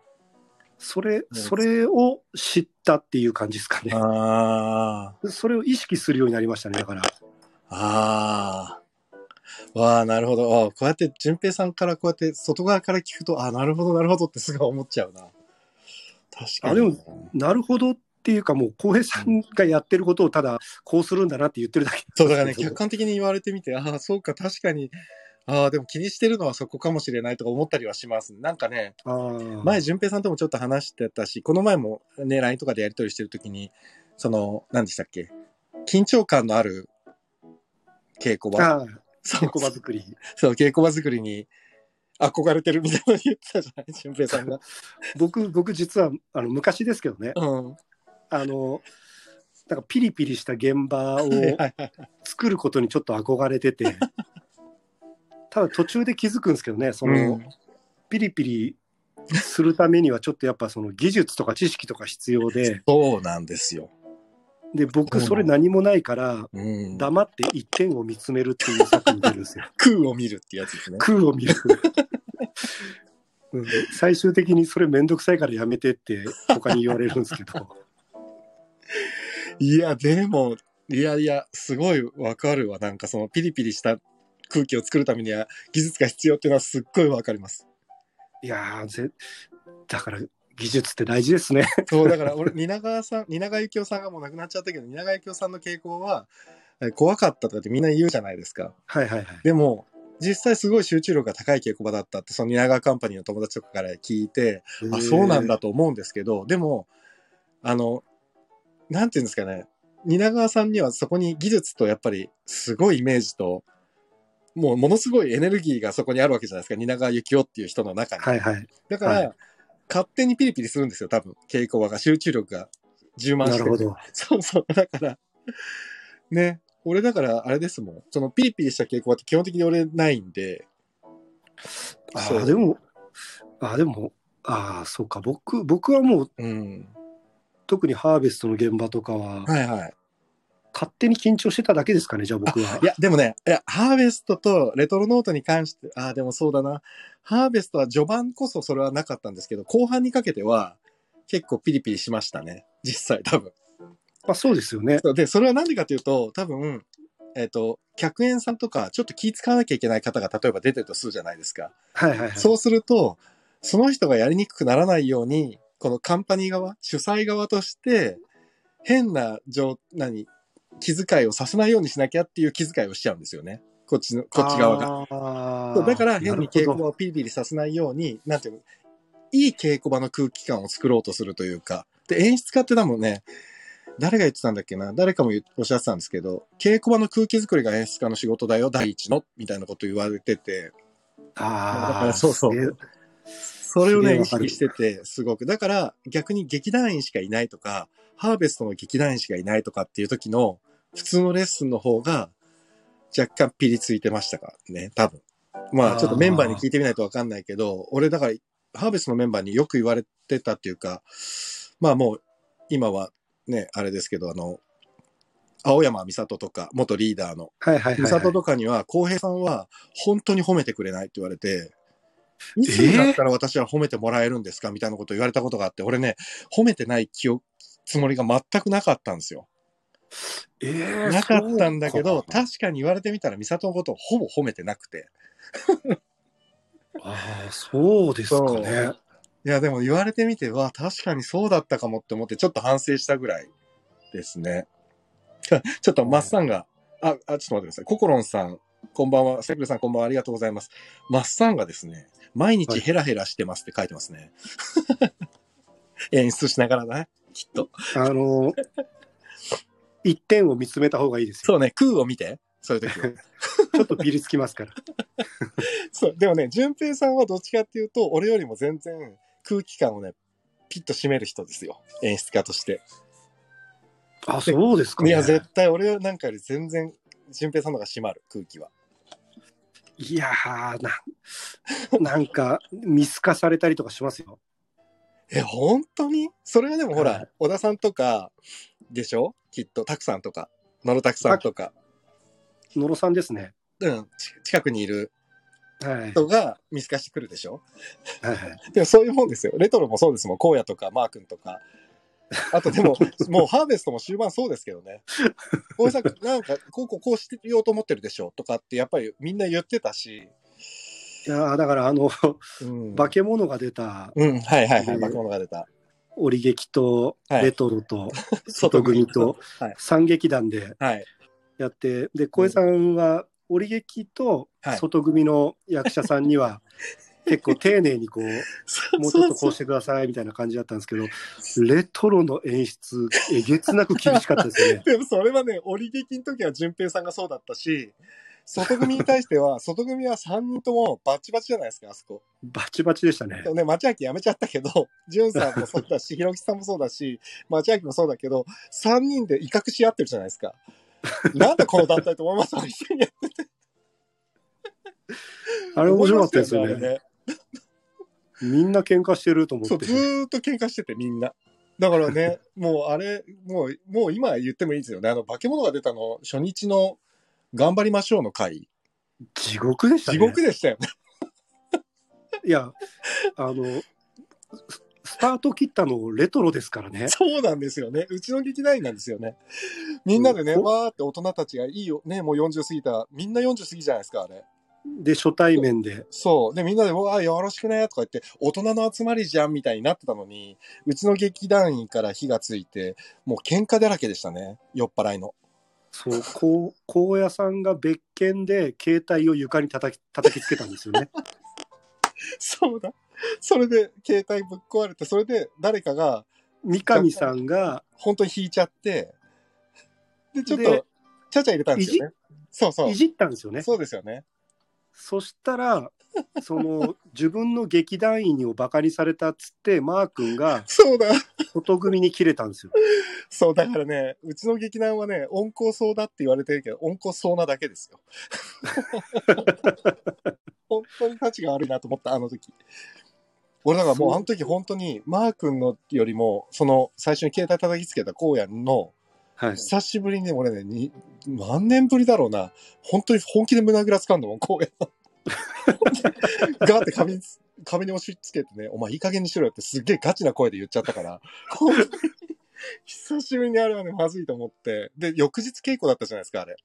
Speaker 2: それ、
Speaker 1: うん
Speaker 2: それを知ったっていう感じですかね。
Speaker 1: あ
Speaker 2: それを意識するようになりましたね、だから。
Speaker 1: あ、ああ。わあ、なるほど。ああこうやって、淳平さんからこうやって外側から聞くと、ああ、なるほど、なるほどってすぐ思っちゃうな。確かに。
Speaker 2: あでもなるほどっていうか、もう浩平さんがやってることをただ、こうするんだなって言ってるだけ。
Speaker 1: そうだからね、客観的に言われてみて、ああ、そうか、確かに、ああ、でも気にしてるのはそこかもしれないとか思ったりはします。なんかね、
Speaker 2: あー
Speaker 1: 前、淳平さんともちょっと話してたし、この前もね、LINE とかでやり取りしてるときに、その、何でしたっけ、緊張感のある稽古場。
Speaker 2: あー
Speaker 1: そ
Speaker 2: 稽
Speaker 1: う
Speaker 2: 古場作り。
Speaker 1: そう、稽古場作りに憧れてるみたいなの言ってたじゃない、淳平さんが。
Speaker 2: 僕、僕実は、あの、昔ですけどね、
Speaker 1: うん。
Speaker 2: あの、なんかピリピリした現場
Speaker 1: はい
Speaker 2: を
Speaker 1: はいはい
Speaker 2: 作ることにちょっと憧れてて、ただ途中で気づくんですけどね、その、
Speaker 1: うん
Speaker 2: ピリピリするためにはちょっとやっぱその技術とか知識とか必要で、
Speaker 1: そうなんですよ。
Speaker 2: で、僕それ何もないから、
Speaker 1: うん。
Speaker 2: 黙って一点を見つめるっていう作に出るんですよ。
Speaker 1: 空を見るってやつですね。
Speaker 2: 空を見る。うん最終的にそれめんどくさいからやめてって他に言われるんです けど。
Speaker 1: いや、でも、いやいや、すごいわかるわ。なんかそのピリピリした空気を作るためには技術が必要っていうのはすっごいわかります。
Speaker 2: いやーぜ、だから技術って大事ですね。
Speaker 1: そう、だから俺、蜷川さん、蜷川幸雄さんがもう亡くなっちゃったけど、蜷川幸雄さんの傾向は、え怖かったとかってみんな言うじゃないですか。
Speaker 2: はいはいはい。
Speaker 1: でも、実際すごい集中力が高い稽古場だったって、その蜷川カンパニーの友達とかから聞いて、あそうなんだと思うんですけど、でも、あの、なんていうんですかね、蜷川さんにはそこに技術とやっぱりすごいイメージと、もうものすごいエネルギーがそこにあるわけじゃないですか、蜷川幸雄っていう人の中
Speaker 2: えー。
Speaker 1: に。
Speaker 2: はいはい。
Speaker 1: だから、
Speaker 2: はい
Speaker 1: 勝手にピリピリするんですよ、多分、稽古場が、集中力が充満
Speaker 2: な
Speaker 1: して
Speaker 2: るほど。
Speaker 1: そうそう、だから、ね、俺だからあれですもん、そのピリピリした稽古場って基本的に俺ないんで、
Speaker 2: あ
Speaker 1: そう
Speaker 2: ーでも、あーでも、ああ、そうか。僕、僕はもう
Speaker 1: うん。
Speaker 2: 特にハーベストの現場とかは、
Speaker 1: はいはい。
Speaker 2: 勝手に緊張してただけですかね、じゃあ僕は。
Speaker 1: いや、でもね、いや、ハーベストとレトロノートに関して、ああ、でもそうだな。ハーベストは序盤こそそれはなかったんですけど、後半にかけては結構ピリピリしましたね。実際多分。
Speaker 2: まあそうですよね。
Speaker 1: そうで、それは何でかというと、多分、えっ、と、客演さんとか、ちょっと気使わなきゃいけない方が例えば出てるとするじゃないですか。
Speaker 2: はいはいはい。
Speaker 1: そうすると、その人がやりにくくならないように、このカンパニー側、主催側として、変な状、何、気遣いをさせないようにしなきゃっていう気遣いをしちゃうんですよね。こっちの、こっち側が。
Speaker 2: が
Speaker 1: そうだから変に稽古場
Speaker 2: は
Speaker 1: をピリピリさせないように、なんていうの、いい稽古場の空気感を作ろうとするというか。で、演出家って多分ね、誰が言ってたんだっけな誰かも言っおっしゃってたんですけど、稽古場の空気作りが演出家の仕事だよ、第一の、みたいなこと言われてて、
Speaker 2: あー
Speaker 1: だからそうそう
Speaker 2: すげえ
Speaker 1: それを
Speaker 2: すげ
Speaker 1: ね、
Speaker 2: え
Speaker 1: 意
Speaker 2: わか
Speaker 1: 識
Speaker 2: る
Speaker 1: してて、すごく。だから、逆に劇団員しかいないとか、ハーベストの劇団員しかいないとかっていう時の、普通のレッスンの方が、若干ピリついてましたからね、多分。まあ、
Speaker 2: あー
Speaker 1: ちょっとメンバーに聞いてみないとわかんないけど、俺、だから、ハーベストのメンバーによく言われてたっていうか、まあもう、今はね、あれですけど、あの、青山美里とか、元リーダーの、
Speaker 2: はいはいはい
Speaker 1: 美
Speaker 2: はい、
Speaker 1: 里とかには、浩平さんは本当に褒めてくれないって言われて、いつになったら私は褒めてもらえるんですかみたいなことを言われたことがあって、俺ね、褒めてない記憶、つもりが全くなかったんですよ。
Speaker 2: えー
Speaker 1: なかったんだけど、
Speaker 2: そうか
Speaker 1: 確かに言われてみたら、美里のことをほぼ褒めてなくて。
Speaker 2: ああ、そうですかね。
Speaker 1: いや、でも言われてみては、確かにそうだったかもって思って、ちょっと反省したぐらいですね。ちょっと、マッサンが、あ、あ、ちょっと待ってください。ココロンさん、こんばんは。セクルさん、こんばんは。ありがとうございます。マッサンがですね、毎日ヘラヘラしてますって書いてますね。 演出しながらね、きっと。
Speaker 2: あの、一点を見つめた方がいいですよ。
Speaker 1: そうね、空を見て、そういう時は。
Speaker 2: ちょっとピリつきますから。
Speaker 1: そう、でもね、淳平さんはどっちかっていうと、俺よりも全然空気感をね、ピッと締める人ですよ。演出家として。
Speaker 2: あ、そうですか、ね。
Speaker 1: いや、絶対俺なんかより全然、淳平さんの方が締まる、空気は。
Speaker 2: いやーなん、なんか、見透かされたりとかしますよ。
Speaker 1: え、本当にそれはでもほら、
Speaker 2: はい
Speaker 1: 小田さんとかでしょきっと、たくさんとか、野呂たくさんとか、
Speaker 2: 野呂さんですね。
Speaker 1: うん、ち近くにいる
Speaker 2: はい。はい
Speaker 1: 人が見透かしてくるでしょ
Speaker 2: はい。
Speaker 1: でもそういうもんですよ。レトロもそうですもん。荒野とか、マー君とか。あとで も、もうハーベストも終盤そうですけどね。こういうさ、なんか、こうこうこうしてようと思ってるでしょとかって、やっぱりみんな言ってたし。
Speaker 2: いやーだから、あの、
Speaker 1: うん。
Speaker 2: 化け物が出た
Speaker 1: うん、はいはいは
Speaker 2: う
Speaker 1: い。
Speaker 2: ん
Speaker 1: 化け物が出た。
Speaker 2: 折劇と、
Speaker 1: はい
Speaker 2: レトロと、外組と、
Speaker 1: はい。
Speaker 2: 三劇団で
Speaker 1: はい。
Speaker 2: やって、で、小江さんは、折劇と
Speaker 1: はい。
Speaker 2: 外組の役者さんに は、結構丁寧にこう、もうちょっとこうしてくださいみたいな感じだったんですけど、レトロの演出、えげつなく厳しかったですよね
Speaker 1: でもそれはね、折り劇の時は淳平さんがそうだったし、外組に対しては、 外組は3人ともバチバチじゃないですか、あそこ。
Speaker 2: バチバチでしたね
Speaker 1: で。もね、町明やめちゃったけど、淳さんもそうだし、 ひろきさんもそうだし、町明もそうだけど、3人で威嚇し合ってるじゃないです か。なんだこの団体と思いました一緒にやって
Speaker 2: あれ面白かったですよ
Speaker 1: 思いました
Speaker 2: ね。
Speaker 1: よね
Speaker 2: みんな喧嘩してると思
Speaker 1: そ
Speaker 2: っ
Speaker 1: う、
Speaker 2: て
Speaker 1: ず。ーっと喧嘩しててみんな。だから ね、もうあれ、もう、もう今言ってもいいですよね。あの、化け物が出たの、初日の、頑張りましょうの回。
Speaker 2: 地獄でした
Speaker 1: 地
Speaker 2: ね。
Speaker 1: 獄でしたよね。
Speaker 2: いや、あの、ススタート切ったのレトロですから ね。
Speaker 1: そうなんですよね。うちの劇団員なんですよね。みんなでね、
Speaker 2: うん
Speaker 1: わーって大人たちがいいよ、ね、もう40過ぎた、みんな40過ぎじゃないですか、あれ。
Speaker 2: で、初対面で。
Speaker 1: そう。で、みんなで、わあ、よろしくね、とか言って、大人の集まりじゃん、みたいになってたのに、うちの劇団員から火がついて、もう喧嘩だらけでしたね、酔っ払いの。
Speaker 2: そう、こう、高野さんが別件で携帯を床に叩き、叩きつけたんですよ ね。
Speaker 1: そうだ。それで、携帯ぶっ壊れて、それで、誰かが、
Speaker 2: 三上さんが、
Speaker 1: 本当に引いちゃって、で、ちょっ
Speaker 2: で
Speaker 1: と、ちゃちゃ入れたんですよね。そうそう
Speaker 2: い。じったんですよね。
Speaker 1: そうですよね。
Speaker 2: そしたら、その自分の劇団員をバカにされたっつって、マー君が
Speaker 1: そうだ。
Speaker 2: 外組に切れたんですよ。
Speaker 1: そう、だからね、うちの劇団はね、温厚そうだって言われてるけど、温厚そうなだけですよ。本当に価値が悪いなと思った、あの時。俺だからもうあの時本当に、マー君のよりも、その最初に携帯叩きつけた荒野の、
Speaker 2: はい。
Speaker 1: 久しぶりにね俺ね、に何年ぶりだろうな。本当に本気で胸ぐらつかんだもん、荒野の。 ガーって髪に、髪に押し付けてね、お前いい加減にしろよってすっげえガチな声で言っちゃったから、本当に久しぶりにあれはね、まずいと思って。で、翌日稽古だったじゃないですか、あれ。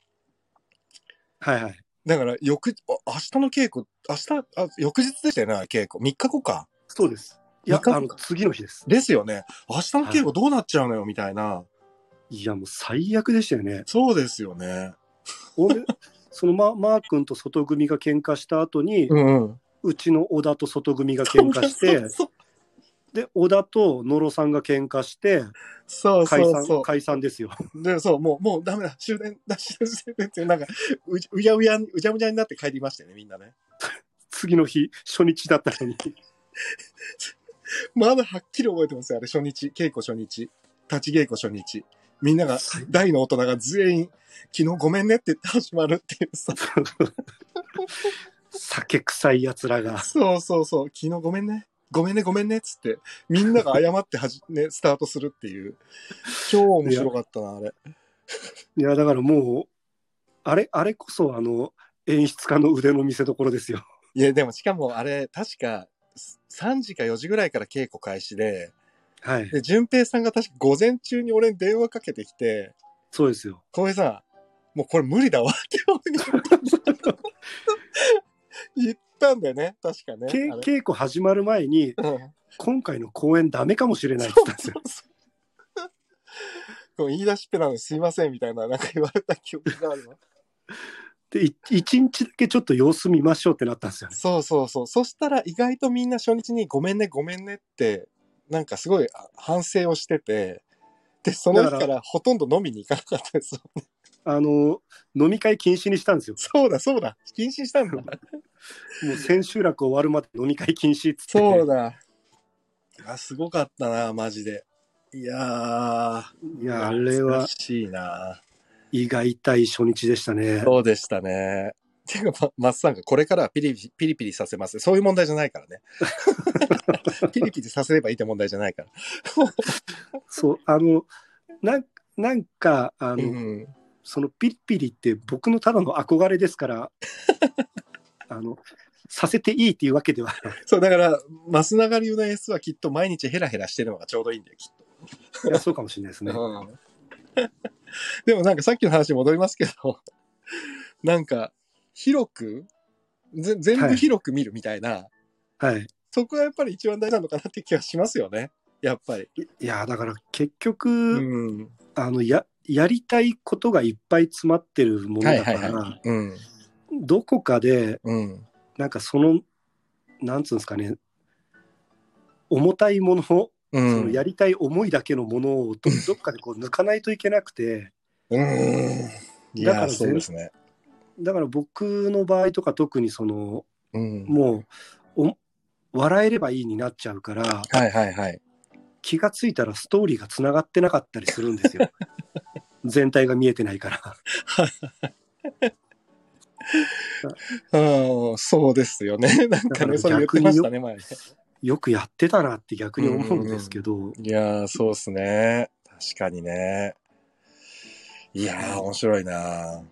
Speaker 2: はいはい。
Speaker 1: だから、翌、あ明日の稽古、明日、あ翌日でしたよね、稽古。3日後か。
Speaker 2: そうです。いや
Speaker 1: 三、日後
Speaker 2: あの、次の日です。
Speaker 1: ですよね。明日の稽古どうなっちゃうのよ、みたいな。
Speaker 2: いや、もう最悪でしたよね。
Speaker 1: そうですよね。
Speaker 2: 俺、そのママー君と外組が喧嘩した後に、
Speaker 1: ん、うん。
Speaker 2: うちの小田と外組が喧嘩して、
Speaker 1: そう
Speaker 2: で、小田と野呂さんが喧嘩して、
Speaker 1: そう
Speaker 2: 解
Speaker 1: そう
Speaker 2: 散、
Speaker 1: そ
Speaker 2: 解散ですよ。
Speaker 1: う。で、そう、もう、もうダメだ、終電 だ、終電終電って、なんか、ううやうや、うじゃうじゃになって帰りましたよね、みんなね。
Speaker 2: 次の日、初日だった のに。
Speaker 1: まだはっきり覚えてますよ、あれ、初日、稽古初日、立ち稽古初日。みんなが、大の大人が全員、昨日ごめんねって言って始まるっていうさ。
Speaker 2: 酒臭い奴らが。
Speaker 1: そうそうそう、昨日ごめんね、ごめんね、ごめんねっつって、みんなが謝ってはじ、ね、スタートするっていう、超面白かったな、あれ。
Speaker 2: いや、だからもう、あれ、あれこそ、あの、演出家の腕の見せ所ですよ。
Speaker 1: いや、でもしかもあれ、確か、3時か4時ぐらいから稽古開始で、
Speaker 2: はい。
Speaker 1: で、淳平さんが確か午前中に俺に電話かけてきて、
Speaker 2: そうです よ。
Speaker 1: 浩平さん、もうこれ無理だわ って言ったんだよね、確かね。
Speaker 2: け
Speaker 1: あれ
Speaker 2: 稽古始まる前に、
Speaker 1: うん
Speaker 2: 今回の公演ダメかもしれないって言ったんですよ。
Speaker 1: こう言い出しっぺなのにすいませんみたいな、なんか言われた記憶があるわ。
Speaker 2: で、い一日だけちょっと様子見ましょうってなったんですよね。
Speaker 1: そうそうそう。そしたら意外とみんな初日にごめんね、ごめんねって、なんかすごいあ反省をしてて、で、その日
Speaker 2: だ
Speaker 1: か
Speaker 2: から
Speaker 1: ほとんど飲みに行かなかったです。
Speaker 2: あの、飲み会禁止にしたんですよ。
Speaker 1: そうだ、そうだ。禁止したんだ。
Speaker 2: もう千秋楽終わるまで飲み会禁止っつって。
Speaker 1: そうだ。あ、すごかったな、マジで。いやー。
Speaker 2: いや、あれ
Speaker 1: 懐
Speaker 2: は
Speaker 1: かしいな。
Speaker 2: 胃が痛い初日でしたね。
Speaker 1: そうでしたね。ていうか、ま、松さんがこれからはピリピリピリさせます。そういう問題じゃない からね。ピリピリさせればいいって問題じゃないから。
Speaker 2: そう、あの、なんなんか、あ
Speaker 1: う
Speaker 2: の、
Speaker 1: ん。
Speaker 2: そのピリピリって僕のただの憧れで すから、あの、させていいっていうわけでは、
Speaker 1: そう、だから、マスナガ流の S はきっと毎日ヘラヘラしてるのがちょうどいいんだよ、きっ
Speaker 2: いやそうかもしれないですね。
Speaker 1: と。うん、 でもなんかさっきの話に戻りますけど、なんか、広く、ぜ全
Speaker 2: は
Speaker 1: 部
Speaker 2: い
Speaker 1: 広く見るみたいな、
Speaker 2: はい。
Speaker 1: そこがやっぱり一番大事なのかなって気がしますよね。やっぱり。
Speaker 2: いや、だから結局、
Speaker 1: うん。
Speaker 2: あの、や、やりたいことがいっぱい詰まってるもの
Speaker 1: はい
Speaker 2: だ
Speaker 1: は
Speaker 2: か
Speaker 1: い
Speaker 2: ら、
Speaker 1: はい。うん。
Speaker 2: どこかで、
Speaker 1: うん。
Speaker 2: なんかその、なんつうんですかね、重たいものを、
Speaker 1: う
Speaker 2: その
Speaker 1: ん。
Speaker 2: やりたい思いだけのものを どどっかでこう抜かないといけなくて、
Speaker 1: うん。い
Speaker 2: だか
Speaker 1: や、
Speaker 2: ら全
Speaker 1: そうですね。
Speaker 2: だから僕の場合とか特にその、
Speaker 1: うん。
Speaker 2: もうお笑えればいいになっちゃうから
Speaker 1: はいはいはい。
Speaker 2: 気がついたらストーリーがつながってなかったりするんです よ全体が見えてないから
Speaker 1: うん、そうですよね。 なんかね、
Speaker 2: だから
Speaker 1: それ言ってましたね、前ね。
Speaker 2: よくやってたなって逆に思うんですけど、
Speaker 1: いやー、そうっすね。確かにね。いやー、面白いな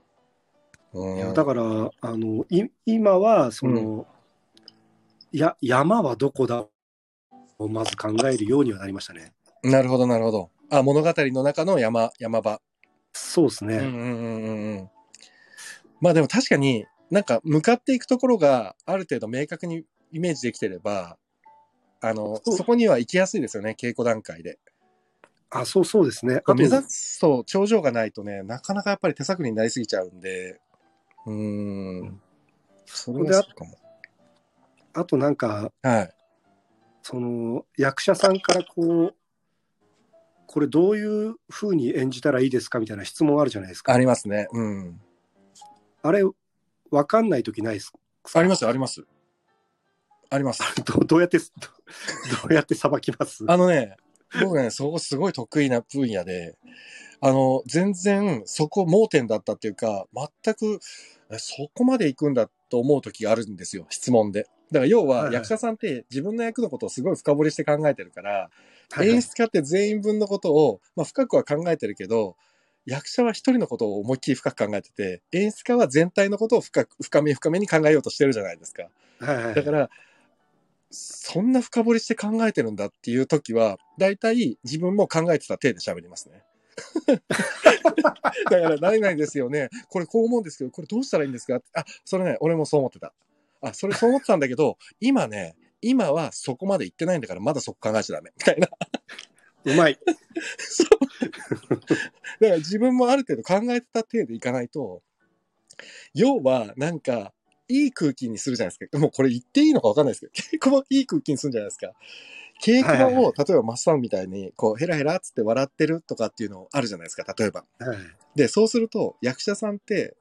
Speaker 1: うん。
Speaker 2: いやだからあのい今はその、や山はどこだをまず考えるようにはなりましたね
Speaker 1: なるほど、なるほど。あ、物語の中の山、山場。
Speaker 2: そうですね、
Speaker 1: うんうんうんうんうん。まあでも確かになんか向かっていくところがある程度明確にイメージできてれば、あの、
Speaker 2: そう
Speaker 1: そこには行きやすいですよね、稽古段階で。
Speaker 2: あそうそうですねあと
Speaker 1: 目指すと頂上がないとね、なかなかやっぱり手探りになりすぎちゃうんで、うーん。それはそうかも。
Speaker 2: あとなんか
Speaker 1: はい。
Speaker 2: その役者さんからこうこれどういうふうに演じたらいいですかみたいな質問あるじゃないですか
Speaker 1: ありますね。うん。
Speaker 2: あれわかん ない時ないです
Speaker 1: あります、あります。あります。
Speaker 2: どどうやって どどうやってさばきます
Speaker 1: あのね、僕ね、そこすごい得意な分野で、あの、全然そこ盲点だったっていうか、全く、えそこまで行くんだと思う時があるんですよ、質問で。だから要
Speaker 2: はい
Speaker 1: は
Speaker 2: はい
Speaker 1: 役者さんって自分の役のことをすごい深掘りして考えてるから、
Speaker 2: はいはい
Speaker 1: 演出家って全員分のことを、まあ、深くは考えてるけど、役者は一人のことを思いっきり深く考えてて、演出家は全体のことを深く、深め深めに考えようとしてるじゃないですか。
Speaker 2: はいはい
Speaker 1: だから、そんな深掘りして考えてるんだっていう時は、大体自分も考えてた体で喋りますね。 だから、ないないですよね。これこう思うんですけど、これどうしたらいいんですかあ、それね、俺もそう思ってた。あ、それそう思ってたんだけど、今ね、今はそこまで行ってないんだから、まだそこ考えちゃダメ。みたいな。
Speaker 2: うまい。
Speaker 1: だから自分もある程度考えてた体でいかないと、要はなんか、いい空気にするじゃないですか。もうこれ言っていいのかわかんないですけど、稽古場いい空気にするんじゃないですか。稽古場
Speaker 2: はいはい
Speaker 1: を、例えばマスさんみたいに、こう、ヘラヘラっつって笑ってるとかっていうのあるじゃないですか、例えば。
Speaker 2: はい
Speaker 1: で、そうすると、役者さんって、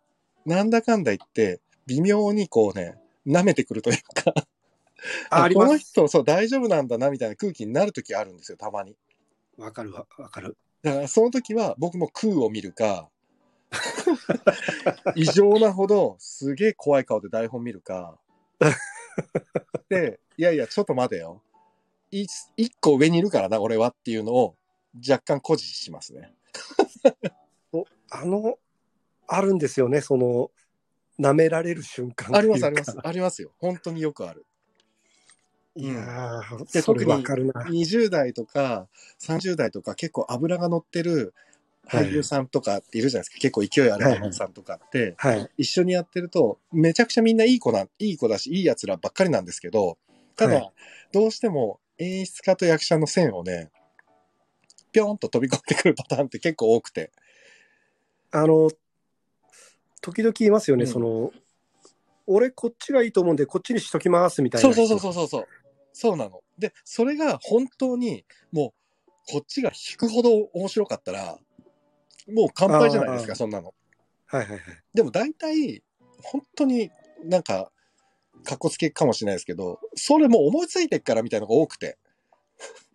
Speaker 1: なんだかんだ言って、微妙にこうね、舐めてくるというか、
Speaker 2: ああり
Speaker 1: この
Speaker 2: ます。
Speaker 1: 人、そう、大丈夫なんだな、みたいな空気になる時あるんですよ、たまに。
Speaker 2: わかるわ、わかる。
Speaker 1: だからその時は僕も空を見る か異常なほどすげえ怖い顔で台本見るかでいやいやちょっと待てよい一個上にいるからな俺はっていうのを若干誇示しますね
Speaker 2: あの、あるんですよね、その、舐められる瞬間
Speaker 1: ありますあり
Speaker 2: とい
Speaker 1: ま
Speaker 2: う
Speaker 1: す
Speaker 2: か
Speaker 1: ありますよ本当によくある
Speaker 2: いやー
Speaker 1: で
Speaker 2: それ
Speaker 1: 特に
Speaker 2: わかるな。
Speaker 1: 20代とか30代とか結構脂が乗ってる俳優さんとかっているじゃないですか、結構勢いある俳優さんとかって、
Speaker 2: はい。
Speaker 1: 一緒にやってると、めちゃくちゃみんないい子な、いい子だし、いい奴らばっかりなんですけど、ただ、
Speaker 2: はい
Speaker 1: どうしても演出家と役者の線をね、ぴょんと飛び込んでくるパターンって結構多くて。
Speaker 2: あの、時々言いますよね、
Speaker 1: うん
Speaker 2: その、俺こっちがいいと思うんで、こっちにしときますみたい
Speaker 1: そ
Speaker 2: な。
Speaker 1: うそうそうそうそうそう。そうなの。で、それが本当に、もう、こっちが引くほど面白かったら、もう乾杯じゃないです
Speaker 2: あ
Speaker 1: か、
Speaker 2: ー
Speaker 1: そんなの。
Speaker 2: はいはいはい。
Speaker 1: でも大体、本当になんか、かっこつけかもしれないですけど、それもう思いついてっからみたいなのが多くて。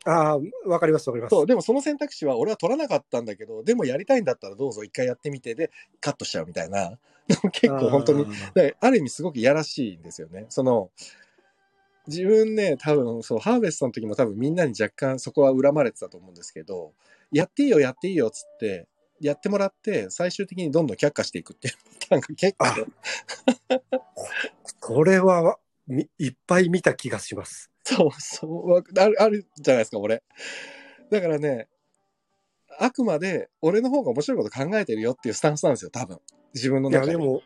Speaker 2: ああ、わかりますわかります。
Speaker 1: そう、でもその選択肢は俺は取らなかったんだけど、でもやりたいんだったらどうぞ一回やってみてで、カットしちゃうみたいな。 でも結構本当に、
Speaker 2: あ
Speaker 1: である意味すごくいやらしいんですよね。その、自分ね、多分、そう、ハーベストの時も多分みんなに若干そこは恨まれてたと思うんですけど、やっていいよ、やっていいよ、つって、やってもらって、最終的にどんどん却下していくっていうパターンが結構
Speaker 2: あー。これは、みいっぱい見た気がします。
Speaker 1: そうそう、わある、あ るじゃないですか、俺。だからね、あくまで俺の方が面白いこと考えてるよっていうスタンスなんですよ、多分。自分の
Speaker 2: いや、
Speaker 1: 中で。
Speaker 2: でも、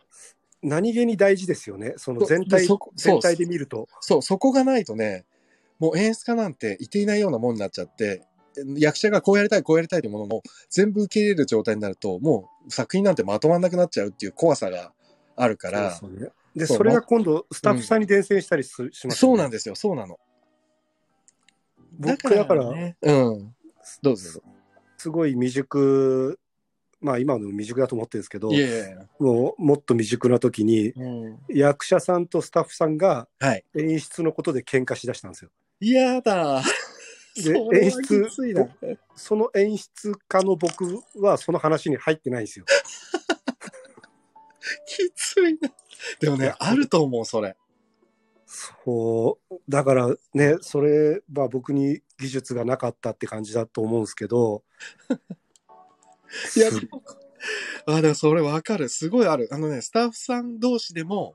Speaker 2: 何気に大事ですよね。その
Speaker 1: そう
Speaker 2: 全体
Speaker 1: でそこ、そう
Speaker 2: 全体で見ると。
Speaker 1: そう、そこがないとね、もう演出家なんていていないようなもんになっちゃって、役者がこうやりたい、こうやりたいってものも全部受け入れる状態になると、もう作品なんてまとまんなくなっちゃうっていう怖さがあるから、
Speaker 2: そうですよねで、
Speaker 1: そう
Speaker 2: それが今度、スタッフさんに伝染したりすします
Speaker 1: そうなん
Speaker 2: で
Speaker 1: ですよ、そうなの。
Speaker 2: 僕だから、
Speaker 1: ねうん。どうぞ
Speaker 2: すごい未熟、まあ今の未熟だと思ってるんですけど
Speaker 1: どうぞ。い、やいやいや。
Speaker 2: もうもっと未熟な時に、
Speaker 1: うん、
Speaker 2: 役者さんとスタッフさんが
Speaker 1: はい。
Speaker 2: 演出のことで喧嘩しだしたんですよ。
Speaker 1: 嫌だ。
Speaker 2: で
Speaker 1: それは
Speaker 2: 演出
Speaker 1: きついな
Speaker 2: その演出家の僕はその話に入ってないんですよ。
Speaker 1: きついな。でもね、あると思う、それ。
Speaker 2: そう、だからね、それは僕に技術がなかったって感じだと思うんですけど、
Speaker 1: いや
Speaker 2: す、
Speaker 1: あ、でもそれわかる。すごいある。あのね、スタッフさん同士でも、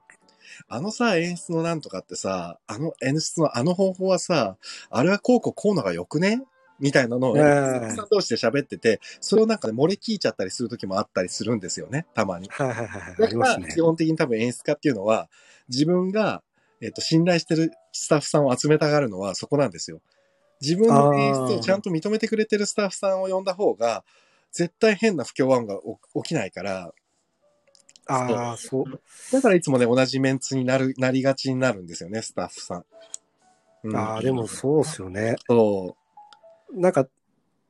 Speaker 1: あのさ、演出のなんとかってさ、あの演出のあの方法はさ、あれはこうこうこうのがよくねみたいなのを、
Speaker 2: ね
Speaker 1: ス
Speaker 2: え
Speaker 1: タッフさん同士で喋ってて、それをなんかね、漏れ聞いちゃったりする時もあったりするんですよね、たまに。
Speaker 2: はいはいはいはい、あ
Speaker 1: だ
Speaker 2: り
Speaker 1: か
Speaker 2: ます
Speaker 1: ら、
Speaker 2: ね
Speaker 1: 基。本的に多分演出家っていうのは、自分が、えっと、信頼してるスタッフさんを集めたがるのはそこなんですよ。自分の演出をちゃんと認めてくれてるスタッフさんを呼んだ方が、絶対変な不協和音が起起きないから、
Speaker 2: ああ、そう、
Speaker 1: だからいつもね、同じメンツになる、なりがちになるんですよね、スタッフさん。うん
Speaker 2: ああ、でもそうですよね。
Speaker 1: そ
Speaker 2: なんか、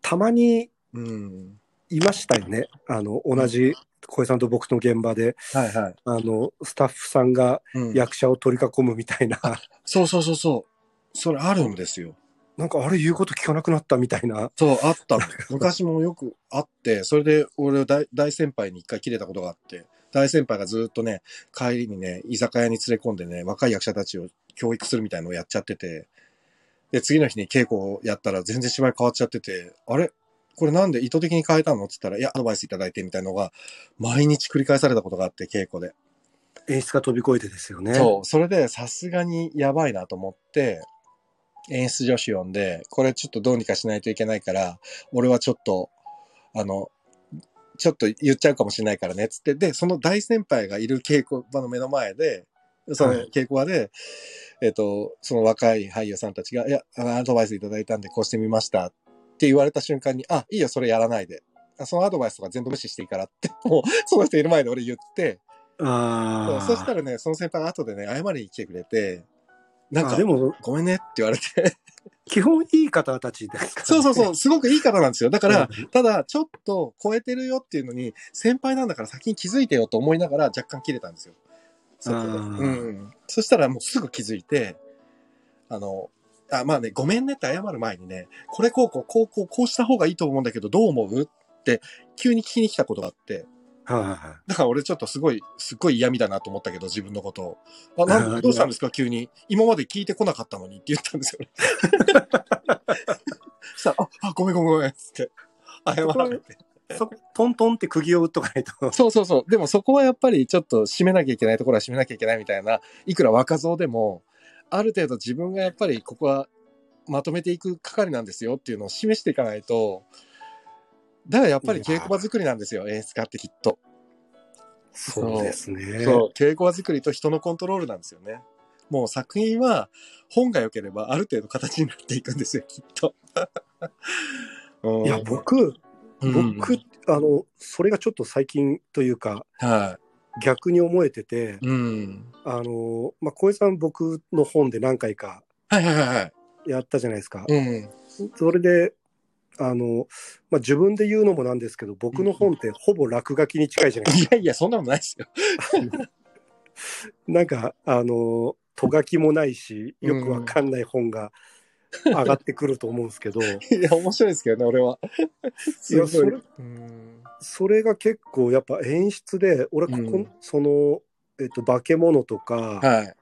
Speaker 2: たまに
Speaker 1: う。うん。
Speaker 2: いましたよね。あの、同じ小江さんと僕の現場で、
Speaker 1: はいはい。
Speaker 2: あの、スタッフさんが
Speaker 1: うん、
Speaker 2: 役者を取り囲むみたいな、
Speaker 1: そうそうそうそう。それあるんですよ。
Speaker 2: なんかあれ言うこと聞かなくなったみたいな。
Speaker 1: そう、あったの。昔もよくあって、それで俺を大大先輩に一回切れたことがあって、大先輩がずっとね、帰りにね、居酒屋に連れ込んでね、若い役者たちを教育するみたいのをやっちゃってて、で、次の日に稽古をやったら全然芝居変わっちゃってて、あれこれなんで意図的に変えたのって言ったら、いや、アドバイスいただいてみたいのが、毎日繰り返されたことがあって、稽古で。
Speaker 2: 演出が飛び越えてですよね。
Speaker 1: そう、それでさすがにやばいなと思って、演出助手呼んで、これちょっとどうにかしないといけないから、俺はちょっと、あの、ちょっと言っちゃうかもしれないからね、つって、で、その大先輩がいる稽古場の目の前で、その
Speaker 2: はい
Speaker 1: 稽古場で、えっ、と、その若い俳優さんたちが、いや、あのアドバイスいただいたんでこうしてみましたって言われた瞬間に、あ、いいよ、それやらないで。あそのアドバイスとか全部無視していいからって、もう、その人いる前で俺言って、そう
Speaker 2: あ
Speaker 1: そしたら
Speaker 2: ら、
Speaker 1: ね、その先輩が後でね、謝りに来てくれて、なん
Speaker 2: あ
Speaker 1: か
Speaker 2: で、も、
Speaker 1: ごめんねって言われて。
Speaker 2: 基本いい方たちですから、ね。
Speaker 1: そうそうそう、すごくいい方なんですよ。だか
Speaker 2: だ
Speaker 1: ら
Speaker 2: か、
Speaker 1: ただ、ちょっと超えてるよっていうのに、先輩なんだから先に気づいてよと思いながら若干切れたんですよ。そこで。
Speaker 2: あー
Speaker 1: うん。そしたらもうすぐ気づいて、あの、あ、まあね、ごめんねって謝る前にね、これこうこう、こうこう、こうした方がいいと思うんだけど、どう思うって、急に聞きに来たことがあって、
Speaker 2: ら、はいはいはい
Speaker 1: だから俺ちょっとすごい、すっごい嫌味だなと思ったけど、自分のことを。あ、なん
Speaker 2: あー
Speaker 1: どうしたんですか急に。今まで聞いてこなかったのにって言ったんですよね。そしたら、あ、あごめんごめんごめん、つって。謝られて。
Speaker 2: そこトントンって釘を打っとかないと。
Speaker 1: そうそうそう。でもそこはやっぱりちょっと締めなきゃいけないところは締めなきゃいけないみたいな、いくら若造でも、ある程度自分がやっぱりここはまとめていく係なんですよっていうのを示していかないと、だからやっぱり稽古場作りなんですよ、演出家ってきっと。
Speaker 2: そうですね。
Speaker 1: そう、稽古場作りと人のコントロールなんですよね。もう作品は本が良ければある程度形になっていくんですよ、きっと。 うん
Speaker 2: いや、僕、
Speaker 1: うん
Speaker 2: 僕、あの、それがちょっと最近というか、
Speaker 1: は
Speaker 2: 逆に思えてて
Speaker 1: い。、うん。
Speaker 2: あの、まあ、小江さん僕の本で何回か
Speaker 1: はいはいはいはい。
Speaker 2: やったじゃないですか。
Speaker 1: うん。
Speaker 2: それで、あの、まあ、自分で言うのもなんですけど、僕の本ってほぼ落書きに近いじゃないです
Speaker 1: いやいや、そんなことないですよ。
Speaker 2: か。なんか、あの、とがきもないし、よくわかんない本が上がってくると思うんですけど、
Speaker 1: いや、面白いですけどね、俺 は。すご
Speaker 2: そ
Speaker 1: い
Speaker 2: れ。
Speaker 1: うん。
Speaker 2: それが結構やっぱ演出で、俺ここ、
Speaker 1: うん
Speaker 2: その、えっと、化け物とか、
Speaker 1: はい。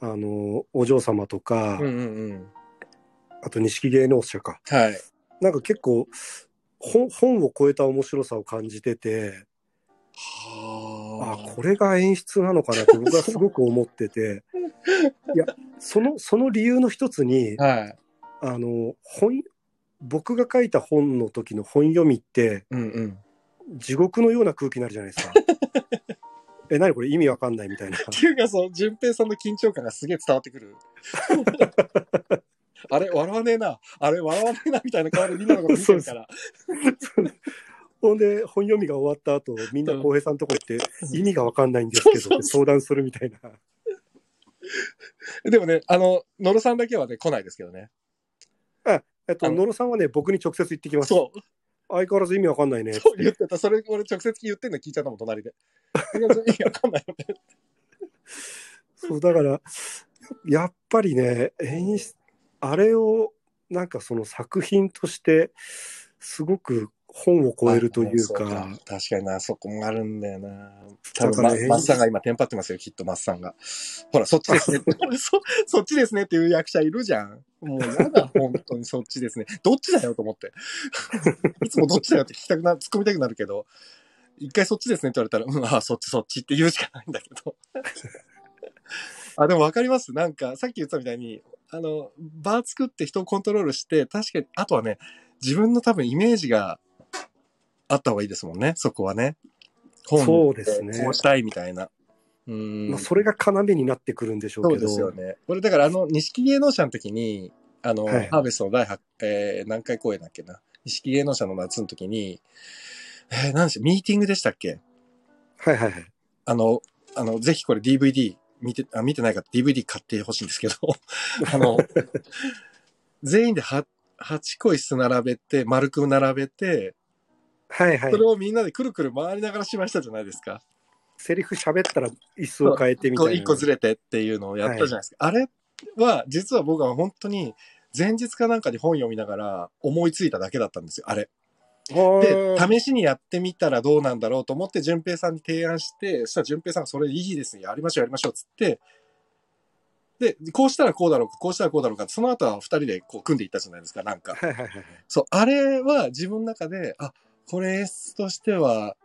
Speaker 2: あの、お嬢様とか、
Speaker 1: うんうんうん。
Speaker 2: あと錦芸能者か。
Speaker 1: はい。
Speaker 2: なんか結構、本本を超えた面白さを感じてて、あ
Speaker 1: は
Speaker 2: これが演出なのかなって僕はすごく思っ てて、いや、その、その理由の一つに、
Speaker 1: あ。はい。
Speaker 2: あの、本、僕が書いた本の時の本読みって、
Speaker 1: うんうん。
Speaker 2: 地獄のような空気になるじゃな いですか。え、何これ意味わかんないみたいな。
Speaker 1: っていうか、その、淳平さんの緊張感がすげえ伝わってくる。 あれ、笑わねえな。あれ、笑わねえな、みたいな顔でみんなのこと見てるから。
Speaker 2: ほんで、本読みが終わった後、みんな
Speaker 1: うん
Speaker 2: 浩平さんのとこ行って、意味がわかんないんですけどって相談するみたいな。
Speaker 1: でもね、あの、野呂さんだけはね、来ないですけどね。
Speaker 2: えっ
Speaker 1: あ
Speaker 2: と、
Speaker 1: の
Speaker 2: 野呂さんはね、僕に直接言ってきます。
Speaker 1: そう。
Speaker 2: 相変わらず意味わかんないね。
Speaker 1: そう言ってた。それ、俺直接言ってんの聞いちゃったもん、隣で。いや意味わかんないよね。
Speaker 2: そう、だから、やっぱりね、演出、あれを、なんかその作品として、すごく本を超えるという
Speaker 1: そ
Speaker 2: か、
Speaker 1: 確かにな、そこもあるんだよな。多
Speaker 2: だ
Speaker 1: 分、
Speaker 2: か
Speaker 1: ま
Speaker 2: ら
Speaker 1: マ
Speaker 2: ね
Speaker 1: ッサンが今、テンパってますよ、きっと、マッサンが。ほら、そっち ですね。そそっちですねっていう役者いるじゃん。もう、やだ、本当にそっちですね。どっちだよと思って。 いつもどっちだよって聞きたくな、突っ込みたくなるけど、一回そっちですねって言われたら、うん、ああ、そっちそっちって言うしかないんだけど。あ、でもわかります。なんか、さっき言ってたみたいに、あの、バー作って人をコントロールして、確かに、あとはね、自分の多分イメージがあった方がいいですもんね、そこはね。本
Speaker 2: そうですね
Speaker 1: こうしたいみたいな。うん。
Speaker 2: まあ、それが要になってくるんでしょう
Speaker 1: そ
Speaker 2: け
Speaker 1: う
Speaker 2: ど、
Speaker 1: ですよね。俺、だから、あの、錦芸能者の時に、あの、
Speaker 2: はい
Speaker 1: ハーベストの第8、えー何回公演だっけな。錦芸能者の夏の時に、えー、何でしたミーティングでしたっけ
Speaker 2: はいはいはい。
Speaker 1: あの、あの、ぜひこれ DVD 見て、あ、見てない方 DVD 買ってほしいんですけど、 あの、全員では8個椅子並べて、丸く並べて、
Speaker 2: はいはい
Speaker 1: それ。をみんなでくるくる回りながらしましたじゃないですか。
Speaker 2: セリフ喋ったら椅子を変えてみ
Speaker 1: こ
Speaker 2: たいうな。
Speaker 1: 一個ずれてっていうのをやったじゃないですか。あれは、実は僕は本当に、前日かなんかに本読みながら思いついただけだったんですよ、あれ。で、
Speaker 2: は
Speaker 1: 試しにやってみたらどうなんだろうと思って、淳平さんに提案して、そしたら淳平さんがそれいいですね、やりましょう、やりましょう、つって、で、こうしたらこうだろうか、こうしたらこうだろうか、その後は二人でこう組んでいったじゃないですか、なんか。
Speaker 2: はいはいはい。
Speaker 1: そう、あれは自分の中で、あ、これ演出としては、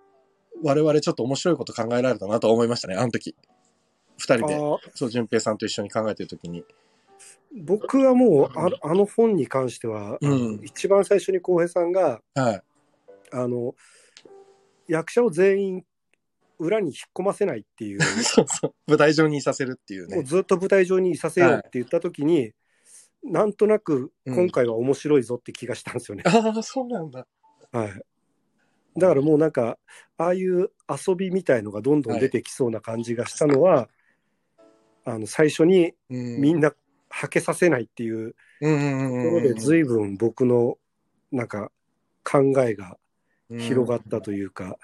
Speaker 1: 我々ちょっと面白いこと考えられたなと思いましたね、あの時。二人
Speaker 2: あ
Speaker 1: で、
Speaker 2: ー
Speaker 1: そう、淳平さんと一緒に考えてる時に。
Speaker 2: 僕はもうあのあの本に関しては、
Speaker 1: うん
Speaker 2: 一番最初に浩平さんが
Speaker 1: はい。
Speaker 2: あの役者を全員裏に引っ込ませないっていう
Speaker 1: そうそう。舞台上にいさせるっていう
Speaker 2: もう
Speaker 1: ね。
Speaker 2: ずっと舞台上にいさせようって言った時に、なんとなく今回は面白いぞって気がしたんですよね。
Speaker 1: ああ、そうなんだ。
Speaker 2: はいだからもうなんかああいう遊びみたいのがどんどん出てきそうな感じがしたのは、あの最初に
Speaker 1: うん
Speaker 2: みんなはけさせないっていうところで随分僕のなんか考えが広が
Speaker 1: っ
Speaker 2: ったというか、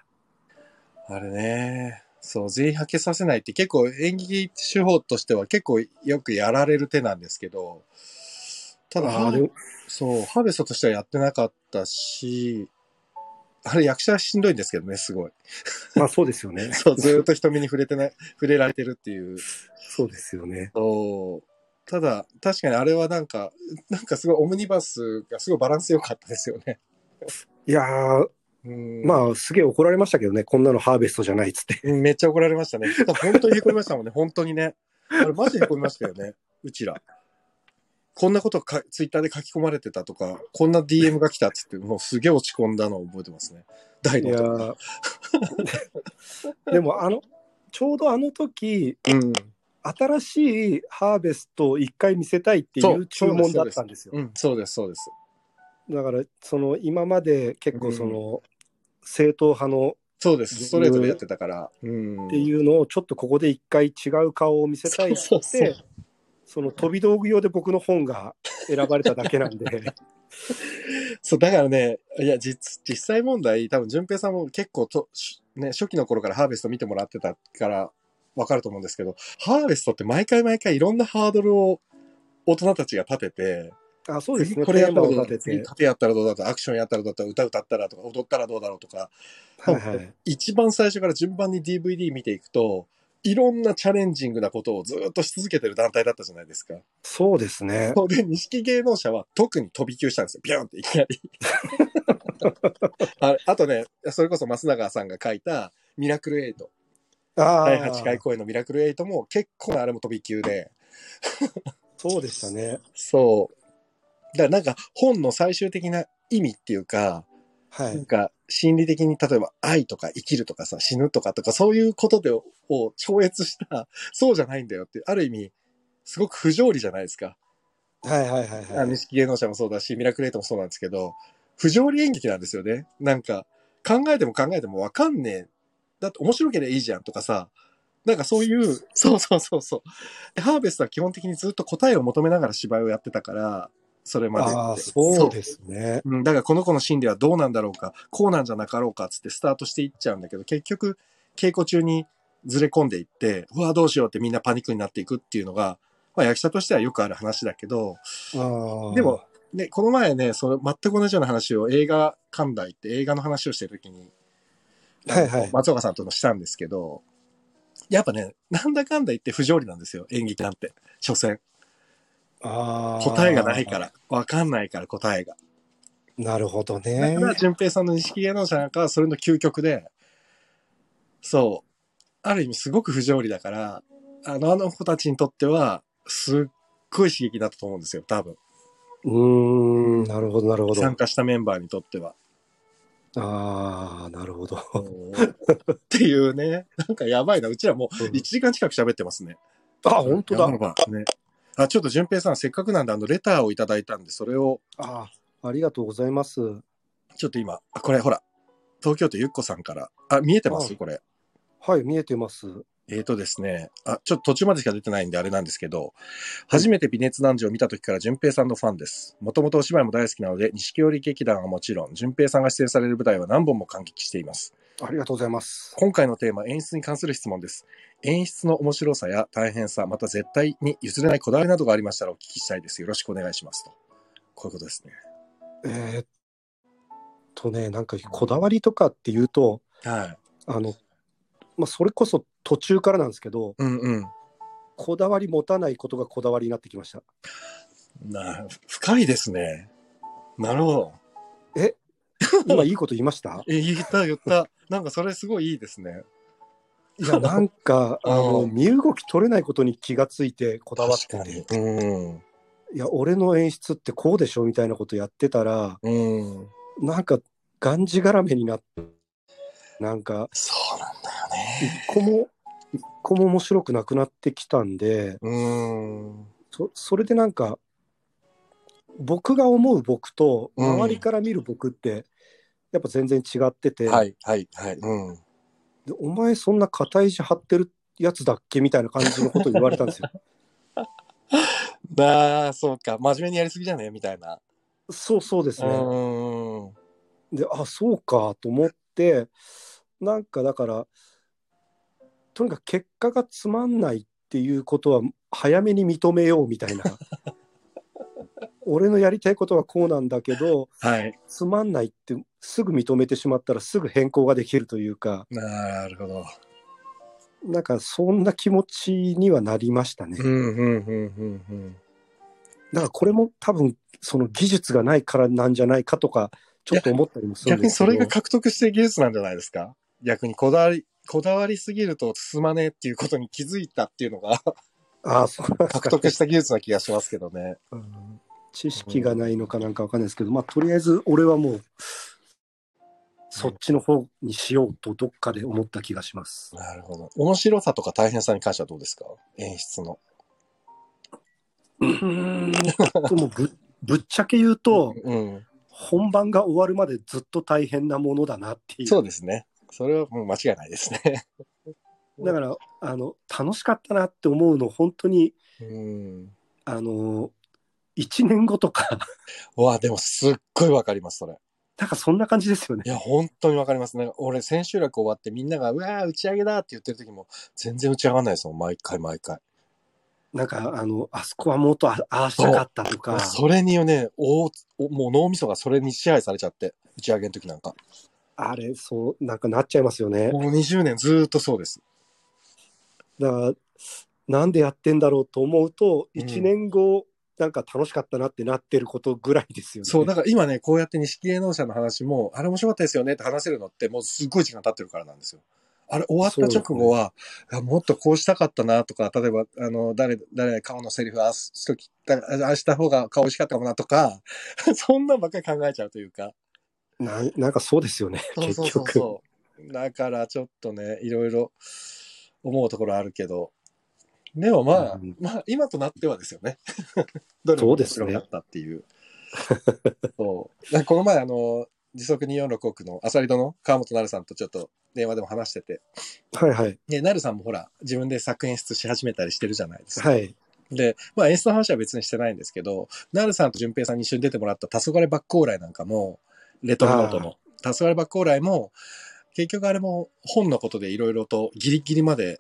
Speaker 1: あれね。そう、全員はけさせないって結構演劇手法としては結構よくやられる手なんですけど、ただ、
Speaker 2: あれ
Speaker 1: そう、ハーベストとしてはやってなかったし、あれ役者はしんどいんですけどね、す ごい。。
Speaker 2: まあそうですよね
Speaker 1: そう、ずーっと瞳に触れてない、触れられてるっていう。
Speaker 2: そうですよね。
Speaker 1: そう。ただ、確かにあれはなんか、なんかすごいオムニバスがすごいバランス良かったですよね。
Speaker 2: いやー、
Speaker 1: うん。
Speaker 2: まあすげえ怒られましたけどね、こんなのハーベストじゃないっつって。
Speaker 1: うんめっちゃ怒られましたね。本当に凹みましたもんね。本当にね。あれマジで凹みましたよね。うちら。こんなことかツイッターで書き込まれてたとか、こんな DM が来たっつって、もうすげえ落ち込んだのを覚えてますね。大
Speaker 2: い
Speaker 1: の
Speaker 2: や
Speaker 1: 大人
Speaker 2: ー でもあの、ちょうどあの時、
Speaker 1: うん。
Speaker 2: 新しいハーベストを一回見せたいってい
Speaker 1: そう
Speaker 2: う注文だったんですよ。
Speaker 1: うん、そうです、そうです。
Speaker 2: だから、その今まで結構その、正統派の
Speaker 1: そうです。ストレートでやってたから。うん。
Speaker 2: っていうのをちょっとここで一回違う顔を見せたいって
Speaker 1: そうそうそう
Speaker 2: その飛び道具用で僕の本が選ばれただけなんで
Speaker 1: そう、だからね、いや、実、実際問題、多分、淳平さんも結構と、しね、初期の頃からハーベスト見てもらってたから、わかると思うんですけど、ハーベストって毎回毎回いろんなハードルを大人たちが立てて、
Speaker 2: あそうですね
Speaker 1: 次これやったらどうだ
Speaker 2: 手当て
Speaker 1: 次
Speaker 2: て、
Speaker 1: 盾やったらどうだとか、アクションやったらどうだとか、歌歌ったらとか、踊ったらどうだろうとか、
Speaker 2: はいはい、
Speaker 1: 一番最初から順番に DVD 見ていくと、いろんなチャレンジングなことをずっとし続けてる団体だったじゃないですか。
Speaker 2: そうですね
Speaker 1: そうで、錦芸能者は特に飛び級したんですよ。ビューンっていきなり。 ああとね、それこそ松永さんが書いたミラクルエイト。
Speaker 2: あ
Speaker 1: 第
Speaker 2: あ
Speaker 1: 8回公演のミラクルエイトも結構なあれも飛び級で。
Speaker 2: そうでしたね
Speaker 1: そう。だからなんか本の最終的な意味っていうか、
Speaker 2: は
Speaker 1: なん
Speaker 2: い
Speaker 1: か心理的に例えば愛とか生きるとかさ、死ぬとかとかそういうことでをを超越した、そうじゃないんだよっていう、ある意味、すごく不条理じゃないですか。
Speaker 2: はいはいはい
Speaker 1: あ
Speaker 2: は
Speaker 1: の
Speaker 2: い
Speaker 1: 錦芸能者もそうだし、ミラクルエイトもそうなんですけど、不条理演劇なんですよね。なんか、考えても考えてもわかんねえ。だって面白ければいいじゃんとかさ、なんかそういう、そうそうそうそう。ハーベストは基本的にずっと答えを求めながら芝居をやってたから、それまで。
Speaker 2: ああそうですね
Speaker 1: うん、だからこの子の心理はどうなんだろうか、こうなんじゃなかろうかっつってスタートしていっちゃうんだけど、結局、稽古中にずれ込んでいって、うわ、どうしようってみんなパニックになっていくっていうのが、まあ役者としてはよくある話だけど、
Speaker 2: あー
Speaker 1: でもね、この前ね、その全く同じような話を映画館内って映画の話をしてるときに、
Speaker 2: はいはい
Speaker 1: 松岡さんともしたんですけど、やっぱね、なんだかんだ言って不条理なんですよ、演劇なんて。所詮。
Speaker 2: あー
Speaker 1: 答えがないから。わかんないから答えが。
Speaker 2: なるほど
Speaker 1: だ
Speaker 2: ね
Speaker 1: から、淳平さんの錦芸能者なんかはそれの究極で、そう。ある意味すごく不条理だから、あの、あの子たちにとっては、すっごい刺激だったと思うんですよ、多分。
Speaker 2: うーんなるほどなるほど
Speaker 1: 参加したメンバーにとっては。
Speaker 2: ああなるほど
Speaker 1: っていうね。なんかやばいな。うちらもう1時間近く喋ってますね。
Speaker 2: あ本当
Speaker 1: や
Speaker 2: だ
Speaker 1: ばいね。あ、ちょっと淳平さん、せっかくなんで、あの、レターをいただいたんで、それを、
Speaker 2: あーありがとうございます
Speaker 1: ちょっと今、あ、これほら、東京都ゆっこさんから、あ、見えてま
Speaker 2: は
Speaker 1: す
Speaker 2: い
Speaker 1: これ。
Speaker 2: はい見えてます
Speaker 1: えーとですね、あ、ちょっと途中までしか出てないんであれなんですけど、初めて微熱男児を見た時から淳平さんのファンです。もともとお芝居も大好きなので、錦織劇団はもちろん、淳平さんが出演される舞台は何本も感激しています。
Speaker 2: ありがとうございます。
Speaker 1: 今回のテーマ、演出に関する質問です。演出の面白さや大変さ、また絶対に譲れないこだわりなどがありましたらお聞きしたいです。よろしくお願いします。と。こういうことですね。
Speaker 2: えーっとね、なんかこだわりとかっていうと、
Speaker 1: はい。
Speaker 2: あの、まあ、それこそ途中からなんですけど、
Speaker 1: うんうん。
Speaker 2: こだわり持たないことがこだわりになってきました。
Speaker 1: な深いですね。なるほど。
Speaker 2: 今いいこと言いました
Speaker 1: え、言った、言った。なんかそれすごいいいですね。
Speaker 2: いや、な んか、あの、身動き取れないことに気がついてこだわってて、
Speaker 1: 確かに。うん。
Speaker 2: いや、俺の演出ってこうでしょみたいなことやってたら、
Speaker 1: うん。
Speaker 2: なんか、がんじがらめになって、なんか、
Speaker 1: そうなんだよ
Speaker 2: 一
Speaker 1: ね。
Speaker 2: 個も、一個も面白くなくなってきたんで、
Speaker 1: うん。
Speaker 2: そそれでなんか僕が思う僕と
Speaker 1: うん
Speaker 2: 周りから見る僕ってやっぱ全然違ってて、
Speaker 1: はい、はい、はい。うん。
Speaker 2: でお前そんな硬い字張ってるやつだっけみたいな感じのこと言われたん ですよ。
Speaker 1: ああ、そうか。真面目にやりすぎじゃねみたいな。
Speaker 2: そうそうです
Speaker 1: う
Speaker 2: ね。
Speaker 1: ん。
Speaker 2: であそうかと思ってなんかだからとにかく結果がつまんないっていうことは早めに認めようみた いな。俺のやりたいことはこうなんだけど
Speaker 1: はい。
Speaker 2: つまんないってすぐ認めてしまったらすぐ変更ができるというか
Speaker 1: なるほど。
Speaker 2: なんかそんな気持ちにはなりましたね。
Speaker 1: うん、うん、うん、うん。
Speaker 2: だからこれも多分その技術がないからなんじゃないかとかちょっと思ったりもするん
Speaker 1: 逆
Speaker 2: で
Speaker 1: に
Speaker 2: すけ
Speaker 1: そ
Speaker 2: ど
Speaker 1: れが獲得してる技術なんじゃないですか逆にこだわり、こだわりすぎると進まねえっていうことに気づいたっていうのが
Speaker 2: ああそうなんです
Speaker 1: 獲
Speaker 2: か
Speaker 1: 得した技術な気がしますけどね。
Speaker 2: うん知識がないのかなんかわかんないですけどまあとりあえず俺はもうそっちの方にしようとどっかで思った気がします。
Speaker 1: なるほど。面白さとか大変さに関してはどうですか演出の。
Speaker 2: でもぶぶっちゃけ言うと
Speaker 1: うん。
Speaker 2: 本番が終わるまでずっと大変なものだなっていう。
Speaker 1: そうですね。それはもう間違いないですね。
Speaker 2: だからあの楽しかったなって思うの本当に
Speaker 1: うん。
Speaker 2: あの1年後とか
Speaker 1: うわ、でもすっごいわかります、それ。
Speaker 2: なんかそんな感じですよね
Speaker 1: い。や、本当にわかりますね。俺、千秋楽終わってみんなが、うわー、打ち上げだって言ってる時も、全然打ち上がらないですもん、毎回毎回。
Speaker 2: なんかあのあそこはもっとあああしたかったとか
Speaker 1: それにね、おおもう脳みそがそれに支配されちゃって、打ち上げの時なんか。
Speaker 2: あれそうなんかなっちゃいますよね。
Speaker 1: もう20年ずーっとそうです。
Speaker 2: だからなんでやってんだろうと思うと
Speaker 1: うん
Speaker 2: 1年後、なんか楽しかったなってなってることぐらいですよね。
Speaker 1: そう、だから今ね、こうやって錦芸能者の話も、あれ面白かったですよねって話せるのって、もうすっごい時間経ってるからなんですよ。あれ終わった直後は、いやもっとこうしたかったなとか、例えば、あの、誰、誰、顔のセリフああしときた、ああした方が顔美味しかったかもなとか、 そんなんばっかり考えちゃうというか。
Speaker 2: ななんかそうですよね
Speaker 1: そうそう
Speaker 2: 結
Speaker 1: そう
Speaker 2: 局
Speaker 1: そう。だからちょっとね、いろいろ思うところあるけど、でもまあ、
Speaker 2: うん
Speaker 1: まあ今となってはですよね。 どれも面白かったっていう。そう。なんかこの前あの、時速246億のアサリドの川本なるさんとちょっと電話でも話してて、
Speaker 2: はいはい
Speaker 1: ね、なるさんもほら、自分で作演出し始めたりしてるじゃないですか。
Speaker 2: はい
Speaker 1: で、まあ演出の話は別にしてないんですけど、なるさんと淳平さんに一緒に出てもらった黄昏バックオーライなんかも、レトロノートの黄昏バックオーライも、結局あれも本のことでいろいろとギリギリまで、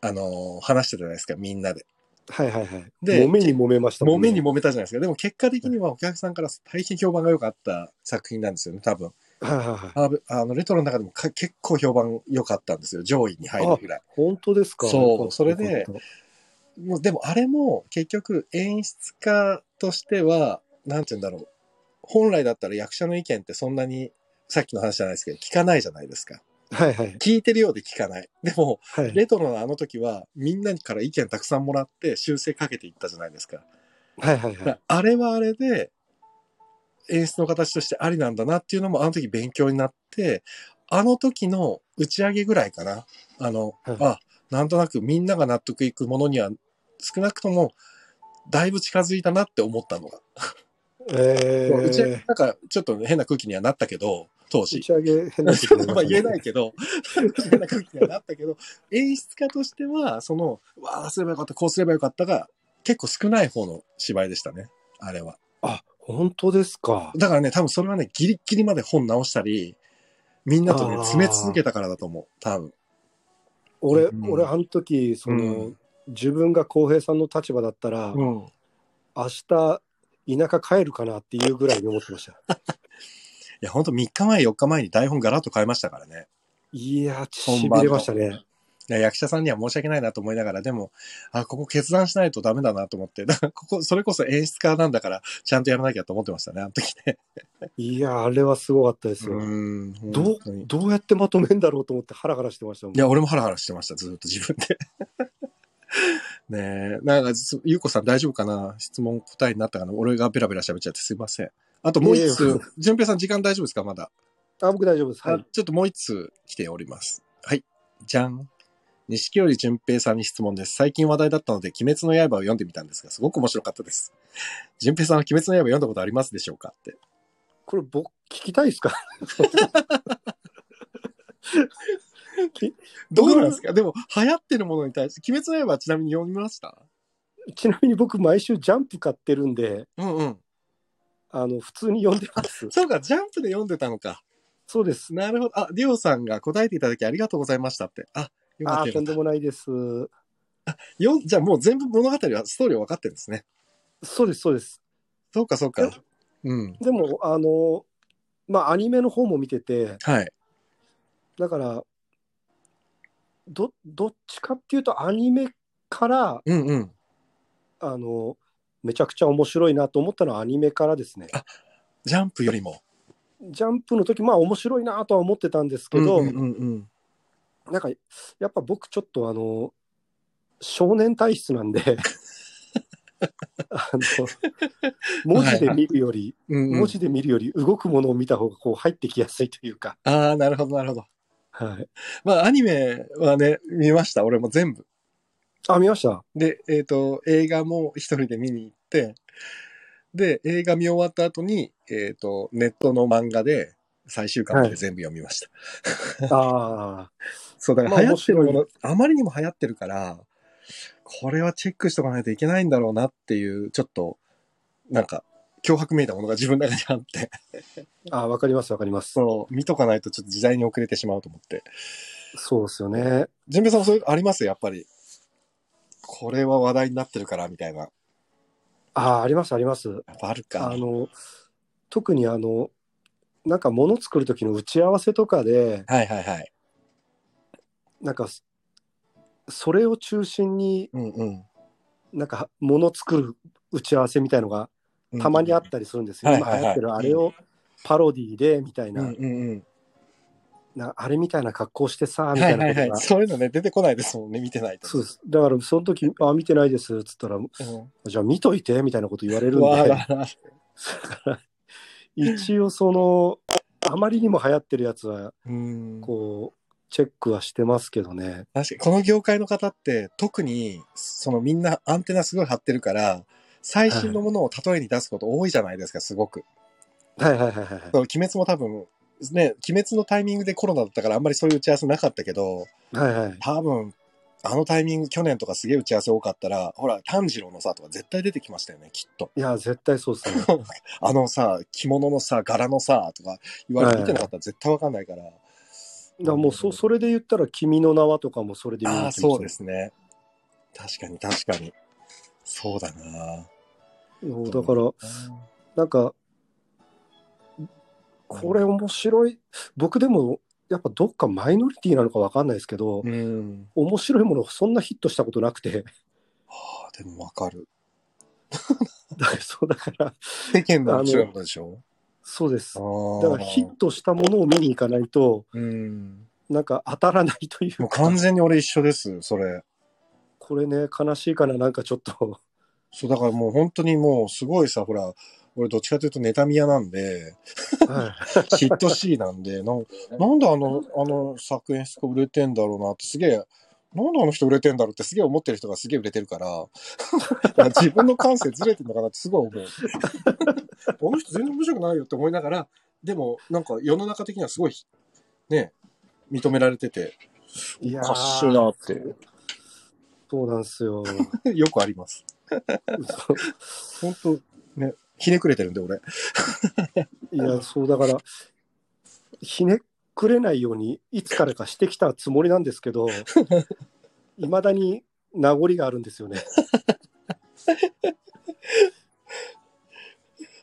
Speaker 1: あのー話してたじゃないですか、みんなで。
Speaker 2: はいはいはい。
Speaker 1: で
Speaker 2: 揉めに揉めました
Speaker 1: 揉めに
Speaker 2: も
Speaker 1: 揉めたじゃないですか。でも結果的にはお客さんから大変評判が良かった作品なんですよね、多分。
Speaker 2: んね。はいはいはい。
Speaker 1: ああの、レトロの中でもか結構評判良かったんですよ、上位に入るぐらい。
Speaker 2: 本当ですか
Speaker 1: そう
Speaker 2: よかった
Speaker 1: それで
Speaker 2: よかっ
Speaker 1: もうでもあれも結局演出家としては、なんて言うんだろう。本来だったら役者の意見ってそんなに、さっきの話じゃないですけど、聞かないじゃないですか。
Speaker 2: たはいはい
Speaker 1: 聞いてるようで聞かない。でも、
Speaker 2: はい
Speaker 1: レトロのあの時は、みんなから意見たくさんもらって修正かけていったじゃないですか。
Speaker 2: はいは
Speaker 1: だ
Speaker 2: いはい。
Speaker 1: からあれはあれで、演出の形としてありなんだなっていうのも、あの時勉強になって、あの時の打ち上げぐらいかな。あの、
Speaker 2: はい
Speaker 1: あ、なんとなくみんなが納得いくものには、少なくとも、だいぶ近づいたなって思ったのが。
Speaker 2: え
Speaker 1: 打ち上げ
Speaker 2: ー、
Speaker 1: なんか、ちょっと変な空気にはなったけど、当
Speaker 2: 打
Speaker 1: 時。
Speaker 2: ち上げ変なこ と。
Speaker 1: まあ言えないいけど、変な空気にはなったけど、演出家としては、その、うわあ、あすればよかった、こうすればよかったが、結構少ない方の芝居でしたね。あれは。
Speaker 2: あ本当ですか。
Speaker 1: だからね、多分それはね、ギリギリまで本直したり、みんなとね、
Speaker 2: あー
Speaker 1: 詰め続けたからだと思う。多分。
Speaker 2: 俺、
Speaker 1: うん
Speaker 2: 俺あの時その、
Speaker 1: う
Speaker 2: 自分が浩平さんの立場だったら、
Speaker 1: うん。
Speaker 2: 明日田舎帰るかなっていうぐらいに思ってました。
Speaker 1: いや、ほんと3日前、4日前に台本ガラッと変えましたからね。
Speaker 2: いやー、
Speaker 1: 本
Speaker 2: し
Speaker 1: 番
Speaker 2: び
Speaker 1: と
Speaker 2: れましたね。
Speaker 1: いや役者さんには申し訳ないなと思いながら、でも、あ、ここ決断しないとダメだなと思って、だからここ、それこそ演出家なんだから、ちゃんとやらなきゃと思ってましたね、あの時ね。
Speaker 2: いや、あれはすごかったですよ。
Speaker 1: ん。
Speaker 2: ど
Speaker 1: 本
Speaker 2: う
Speaker 1: 当に
Speaker 2: どうやってまとめんだろうと思ってハラハラしてましたもん
Speaker 1: いや、俺もハラハラしてました、ずーっと自分で。 ねえ、なんか、すゆうこさん大丈夫かな質問答えになったかな俺がベラベラ喋っちゃってすいません。あともう一
Speaker 2: い やい
Speaker 1: 通、淳平さん時間大丈夫ですかまだ。
Speaker 2: あ僕大丈夫です。は
Speaker 1: あ
Speaker 2: い。
Speaker 1: ちょっともう一通来ております。はい。じゃん。錦織淳平さんに質問です。最近話題だったので、鬼滅の刃を読んでみたんですが、すごく面白かったです。 淳平さんは鬼滅の刃読んだことありますでしょうかって。
Speaker 2: これ僕聞きたいですか
Speaker 1: どうなんですかでも、流行ってるものに対して、鬼滅の刃はちなみに読みました
Speaker 2: ちなみに僕毎週ジャンプ買ってるんで、
Speaker 1: うんうん。
Speaker 2: あの、普通に読んで ます。
Speaker 1: そうか、ジャンプで読んでたのか。
Speaker 2: そうです。
Speaker 1: なるほど。あ、ディオさんが答えていただきありがとうございましたって。あ、よかった
Speaker 2: ああー、
Speaker 1: よか
Speaker 2: と
Speaker 1: っ
Speaker 2: ん
Speaker 1: た
Speaker 2: でもないです。
Speaker 1: よじゃあもう全部物語は、ストーリーは分かってるんですね。
Speaker 2: そうです、そうです。
Speaker 1: そうか、そうか。うん。
Speaker 2: でも、あの、まあ、アニメの方も見てて、
Speaker 1: はい。
Speaker 2: だから、ど、どっちかっていうと、アニメから、
Speaker 1: うんうん。
Speaker 2: あの、めちゃくちゃ面白いなと思ったのはアニメからですね。
Speaker 1: ジャンプよりも。
Speaker 2: ジャンプの時、まあ面白いなとは思ってたんですけど、
Speaker 1: うんうんうん
Speaker 2: なんか、やっぱ僕ちょっとあの、少年体質な んで、あの、文字で見るより、
Speaker 1: うんうん
Speaker 2: 文字で見るより動くものを見た方がこう入ってきやすいというか、
Speaker 1: ああ、なるほど、なるほど。
Speaker 2: はい。
Speaker 1: まあ、アニメはね、見ました、俺も全部。
Speaker 2: あ、見ました。
Speaker 1: で、えっ、と、映画も一人で見に行って、で、映画見終わった後に、えっ、と、ネットの漫画で、最終巻まで全部読みました。
Speaker 2: ああ、
Speaker 1: そう、だから流行ってるも
Speaker 2: まあ
Speaker 1: の、あまりにも流行ってるから、これはチェックしとかないといけないんだろうなっていう、ちょっと、なんか、脅迫めいたものが自分の中にあって、
Speaker 2: ああ、わかります、わかります。
Speaker 1: そう、見とかないとちょっと時代に遅れてしまうと思って。
Speaker 2: そうですよね。
Speaker 1: 純平さんもそういうのありますやっぱり。これは話題になってるから、みたいな。
Speaker 2: ああ、あります、あります。
Speaker 1: やっぱあるか。
Speaker 2: あの、特にあの、なんか物作る時の打ち合わせとかで、
Speaker 1: はいはいはい。
Speaker 2: なんか、それを中心に
Speaker 1: うんうん
Speaker 2: なんか物作る打ち合わせみたいのが
Speaker 1: うん。
Speaker 2: たまにあったりするんですよ。
Speaker 1: うん
Speaker 2: 今
Speaker 1: はいはいはい
Speaker 2: 流行ってるあれをパロディでみたいな、
Speaker 1: うんうんうん。
Speaker 2: なあれみたいな格好してさみ
Speaker 1: は
Speaker 2: たい
Speaker 1: いは
Speaker 2: ないこと
Speaker 1: はい。
Speaker 2: が。
Speaker 1: そういうのね、出てこないですもんね、見てないと。
Speaker 2: そうです。だからその時あ見てないですっつったら
Speaker 1: うん。
Speaker 2: じゃあ見といてみたいなこと言われるん
Speaker 1: わあ
Speaker 2: で
Speaker 1: らら。
Speaker 2: 一応そのあまりにも流行ってるやつは
Speaker 1: うん。
Speaker 2: こうチェックはしてますけどね。
Speaker 1: 確かに、この業界の方って、特に、そのみんなアンテナすごい張ってるから、最新のものを例えに出すこと多いじゃないですか、すごく。
Speaker 2: はいはいはいはいはい
Speaker 1: そう鬼滅も多分、ね、鬼滅のタイミングでコロナだったからあんまりそういう打ち合わせなかったけど、
Speaker 2: はいはい。
Speaker 1: 多分、あのタイミング、去年とかすげえ打ち合わせ多かったら、ほら、炭治郎のさ、とか絶対出てきましたよね、きっと。
Speaker 2: いや絶対そうですね。
Speaker 1: あのさ、着物のさ、柄のさ、とか言われ
Speaker 2: は
Speaker 1: て
Speaker 2: い
Speaker 1: 見てなかったら絶対わかんないから。
Speaker 2: だからもうそそれで言ったら「君の名は」とかもそれで見に
Speaker 1: あ
Speaker 2: 行
Speaker 1: あ、
Speaker 2: きま
Speaker 1: そ
Speaker 2: し
Speaker 1: う
Speaker 2: た
Speaker 1: ですね。確かに、確かに。そうだな
Speaker 2: そうだからなんか、これ面白い。僕でも、やっぱどっかマイノリティなのかわかんないですけど、
Speaker 1: うん。
Speaker 2: 面白いものそんなヒットしたことなくて、
Speaker 1: はあ、でもわかる。
Speaker 2: だからそうだから、
Speaker 1: 世間の面白いことでしょ
Speaker 2: そうです。
Speaker 1: あ
Speaker 2: だからヒットしたものを見に行かないと、
Speaker 1: うん。
Speaker 2: なんか当たらないという
Speaker 1: もう
Speaker 2: か、
Speaker 1: 完全に俺一緒です、それ。
Speaker 2: これね、悲しいかな、なんかちょっと。
Speaker 1: そう、だからもう本当にもうすごいさ、ほら、俺どっちかというと妬み屋なんで、
Speaker 2: はい
Speaker 1: 嫉妬しいなんで、なんなんであの、あの作演出家売れてんだろうなってすげえ、なんであの人売れてんだろうってすげえ思ってる人がすげえ売れてるから、 なんか自分の感性ずれてんのかなってすごい思う。この人全然面白くないよって思いながら、でもなんか世の中的にはすごい、ね、認められてて、
Speaker 2: いや
Speaker 1: おかしいな
Speaker 2: ー、
Speaker 1: って、
Speaker 2: そうなんですよ。
Speaker 1: よくあります。本当ね、ひねくれてるんで俺。
Speaker 2: いや、そうだから、ひねくれないように、いつからかしてきたつもりなんですけ ど、いまだに名残があるんですよね。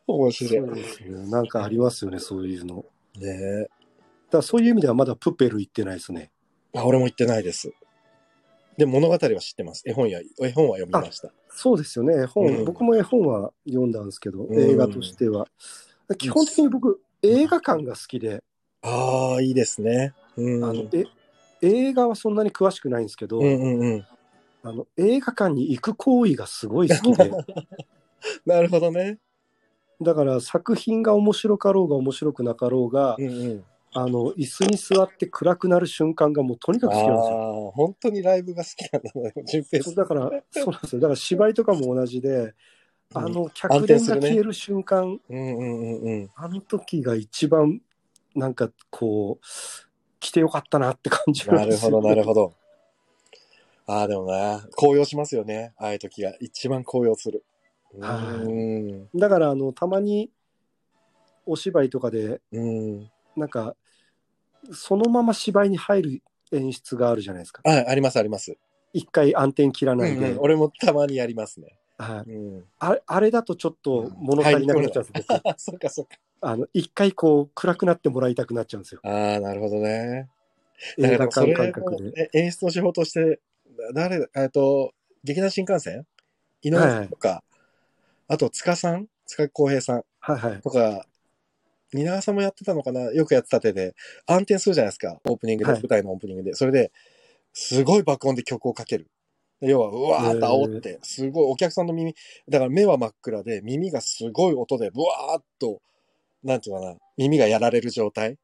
Speaker 1: 面白い。
Speaker 2: そうですねなんかありますよね、そういうの。だか
Speaker 1: ねえ。
Speaker 2: らそういう意味ではまだプペル行ってないですね。
Speaker 1: あ、俺も行ってないです。で、物語は知ってます。絵本や、絵本は読みました。
Speaker 2: そうですよね、絵本、
Speaker 1: うん
Speaker 2: 僕も絵本は読んだんですけど、
Speaker 1: ん
Speaker 2: 映画としては。基本的に僕、映画館が好きで、
Speaker 1: ああ、いいですね。うん。
Speaker 2: あのえ映画はそんなに詳しくないんですけど、
Speaker 1: うんうんうん。
Speaker 2: あの映画館に行く行為がすごい好 きで、
Speaker 1: なるほどね。
Speaker 2: だから作品が面白かろうが面白くなかろうが、
Speaker 1: うんうん。
Speaker 2: あの椅子に座って暗くなる瞬間がもうとに
Speaker 1: あ
Speaker 2: かく好きなんですよ。
Speaker 1: あ、本当にライブが好きなんだな、純平
Speaker 2: そ
Speaker 1: さ。
Speaker 2: うんだから、そうなんですよ。だから芝居とかも同じで、あの客
Speaker 1: 安定
Speaker 2: 電
Speaker 1: す
Speaker 2: が
Speaker 1: るね
Speaker 2: 消える瞬間、
Speaker 1: うんうんうんうん。
Speaker 2: あの時が一番なんかこう来てよかったなって感じ
Speaker 1: なるほど、なる
Speaker 2: ほ
Speaker 1: ほど。ああ、でもな、高揚しますよね。ああいう時が一番高揚する。
Speaker 2: はい
Speaker 1: うん。
Speaker 2: ど。だからあのたまにお芝居とかで
Speaker 1: うん。
Speaker 2: なんかそのまま芝居に入る演出があるじゃないですか。
Speaker 1: あ、あります、あります。
Speaker 2: 一回暗転切ら
Speaker 1: う
Speaker 2: ない
Speaker 1: ん
Speaker 2: で、
Speaker 1: うん俺もたまにやりますね。
Speaker 2: はい、
Speaker 1: うん。
Speaker 2: あれあれだとちょっと物足りなくなっちゃうんです僕
Speaker 1: あ、そっかそっか。
Speaker 2: あの一回こう暗くなってもらいたくなっちゃうんです よ。
Speaker 1: ああ、なるほどね。だ
Speaker 2: 映
Speaker 1: か
Speaker 2: 画
Speaker 1: らそ
Speaker 2: 館
Speaker 1: れ
Speaker 2: 感覚で。
Speaker 1: もえ演出の手法として、な誰だ、えっと、劇団新幹線井上さんとか、あと塚さん塚浩平さん
Speaker 2: はいはい。
Speaker 1: とか、蜷川さんもやってたのかなよくやってた手で、暗転するじゃないですか、オープニングで、
Speaker 2: はい
Speaker 1: 舞台のオープニングで。それで、すごい爆音で曲をかける。要は、うわーっと煽って、すごいお客さんの耳、だから目は真っ暗で、耳がすごい音で、ブワーっと、なんていうのかな、耳がやられる状態。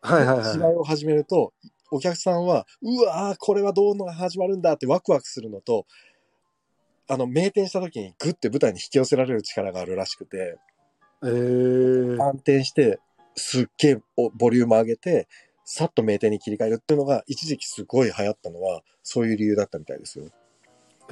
Speaker 2: はいはい
Speaker 1: 芝
Speaker 2: は
Speaker 1: 居を始めると、お客さんは、うわー、これはどうのが始まるんだってワクワクするのと、あの、明転した時にグッて舞台に引き寄せられる力があるらしくて、
Speaker 2: い。えー、
Speaker 1: 暗転して、すっげえおボリューム上げて、さっと名店に切り替えるっていうのが、一時期すごい流行ったのは、そういう理由だったみたいですよ。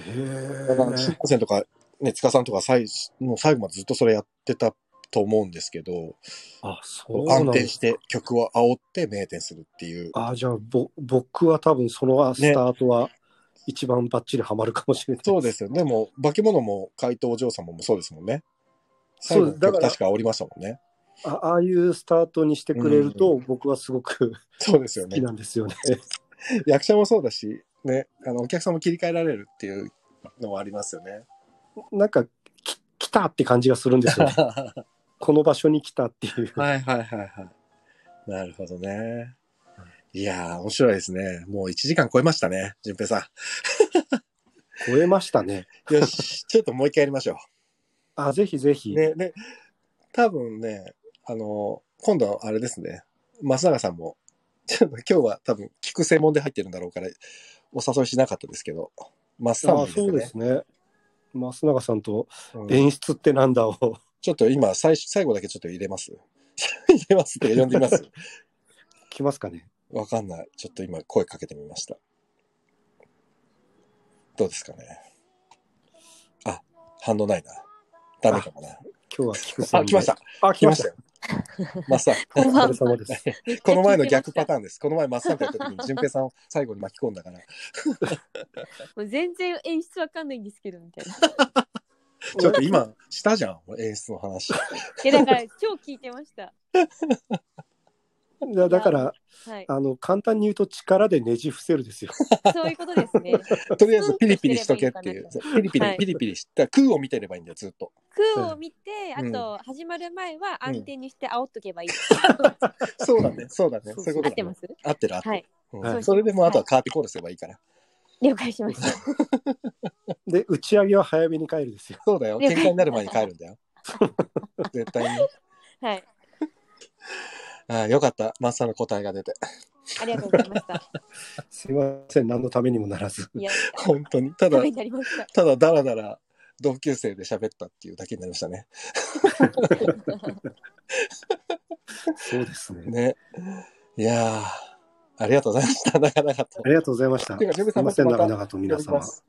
Speaker 2: え
Speaker 1: だから新
Speaker 2: ー、
Speaker 1: 幹線とか、ね、塚さんとか最、もう最後までずっとそれやってたと思うんですけど、
Speaker 2: あそうなん
Speaker 1: 暗
Speaker 2: だ
Speaker 1: 転して曲を煽って名店するっていう。
Speaker 2: あじゃあぼ僕は多分そのスタートは一番バッチリハマるかもしれない、
Speaker 1: そうですよね。もう、化け物も怪盗お嬢様もそうですもんね。最
Speaker 2: そう
Speaker 1: 後の
Speaker 2: だ
Speaker 1: 曲
Speaker 2: から
Speaker 1: 確か煽りましたもんね。
Speaker 2: あああいうスタートにしてくれる
Speaker 1: う
Speaker 2: と
Speaker 1: ん
Speaker 2: 僕はすごく
Speaker 1: そうですよ
Speaker 2: 好
Speaker 1: ね
Speaker 2: き。なんですよね。
Speaker 1: 役者もそうだし、ね、あの、お客さんも切り替えられるっていうのはありますよ ね。
Speaker 2: なんかき来たって感じがするん ですよ。この場所に来たっていう。
Speaker 1: はいはいはいはい。なるほどね。いやー、面白いですね。もう1時間超えましたね、淳平さ
Speaker 2: 超えましたね。
Speaker 1: ん。よし、ちょっともう一回やりましょ
Speaker 2: あぜひぜ
Speaker 1: う。
Speaker 2: ひ。
Speaker 1: ね、ね、多分ね、あの、今度はあれですね、松永さんも、 ちょっと今日は多分聞く専門で入ってるんだろうから、お誘いしなかったですけど、松
Speaker 2: あ
Speaker 1: 永さ
Speaker 2: そ
Speaker 1: ん
Speaker 2: う
Speaker 1: で
Speaker 2: です
Speaker 1: ね
Speaker 2: すね。増永さんと
Speaker 1: うん。
Speaker 2: 演出ってなんだを、
Speaker 1: ちょっと今最初、最後だけちょっと入れます。 入れますって呼んでみます。
Speaker 2: 来ますかね。
Speaker 1: わかんない。ちょっと今声かけてみました。どうですかね。あ、反応ないな。ダメかもな。
Speaker 2: 今日は菊さん
Speaker 1: あ、
Speaker 2: で
Speaker 1: 来ました。。
Speaker 2: あ、来
Speaker 1: 来
Speaker 2: ま
Speaker 1: まし
Speaker 2: し
Speaker 1: たた。よ。マッサン。
Speaker 2: お
Speaker 3: こん
Speaker 2: 疲
Speaker 3: ばん
Speaker 2: れ
Speaker 3: は。
Speaker 2: 様です。
Speaker 1: この前の逆パターンです。この前マッサンとやった時に、淳平さんを最後に巻き込んだから。
Speaker 3: もう全然演出わかんないんですけど、みたいな。
Speaker 1: ちょっと今、したじゃん。演出の話。
Speaker 3: いや、だから超聞いてました。
Speaker 2: いやだから、
Speaker 3: はい。
Speaker 2: あの、簡単に言うと力でねじ伏せるですよ。
Speaker 3: そういうことですね。
Speaker 1: とりあえずピリピリしとけっていう。ピリピ
Speaker 3: は
Speaker 1: リ、
Speaker 3: い
Speaker 1: ピリピリした。空を見てればいいんだよ、ずっと。
Speaker 3: 空を見て、あ
Speaker 1: うん
Speaker 3: と、始まる前は暗転にして煽っとけばいい。
Speaker 1: そうだね。そうだね。そういうこと
Speaker 3: 合って
Speaker 1: だ
Speaker 3: ま
Speaker 1: ね。
Speaker 3: す
Speaker 1: 合ってる合って
Speaker 3: はい
Speaker 1: る。。う
Speaker 3: は
Speaker 1: ん
Speaker 3: い
Speaker 1: それでもうあとはカーティコールすればいいから。
Speaker 3: 了解しました。
Speaker 2: で、打ち上げは早めに帰るですよ。
Speaker 1: そうだよ。喧嘩になる前に帰るんだ よ。絶対に。
Speaker 3: はい。
Speaker 1: ああ、よかった。マッサンの答えが出て。
Speaker 3: ありがとうございました。
Speaker 2: すいません、何のためにもならず。
Speaker 3: いや、
Speaker 1: 本当に。た
Speaker 3: た
Speaker 1: だ
Speaker 3: め、になりました。
Speaker 1: ただ、だらだら、同級生で喋ったっていうだけになりましたね。
Speaker 2: そうですね。
Speaker 1: ね。いやー、ありがとうございました。なかなかと
Speaker 2: あ。りがとうございました。す
Speaker 1: てかジョブさ
Speaker 2: い
Speaker 1: ん
Speaker 2: ません、
Speaker 1: また
Speaker 2: 長々と皆
Speaker 1: 呼び
Speaker 2: 様
Speaker 1: ま。す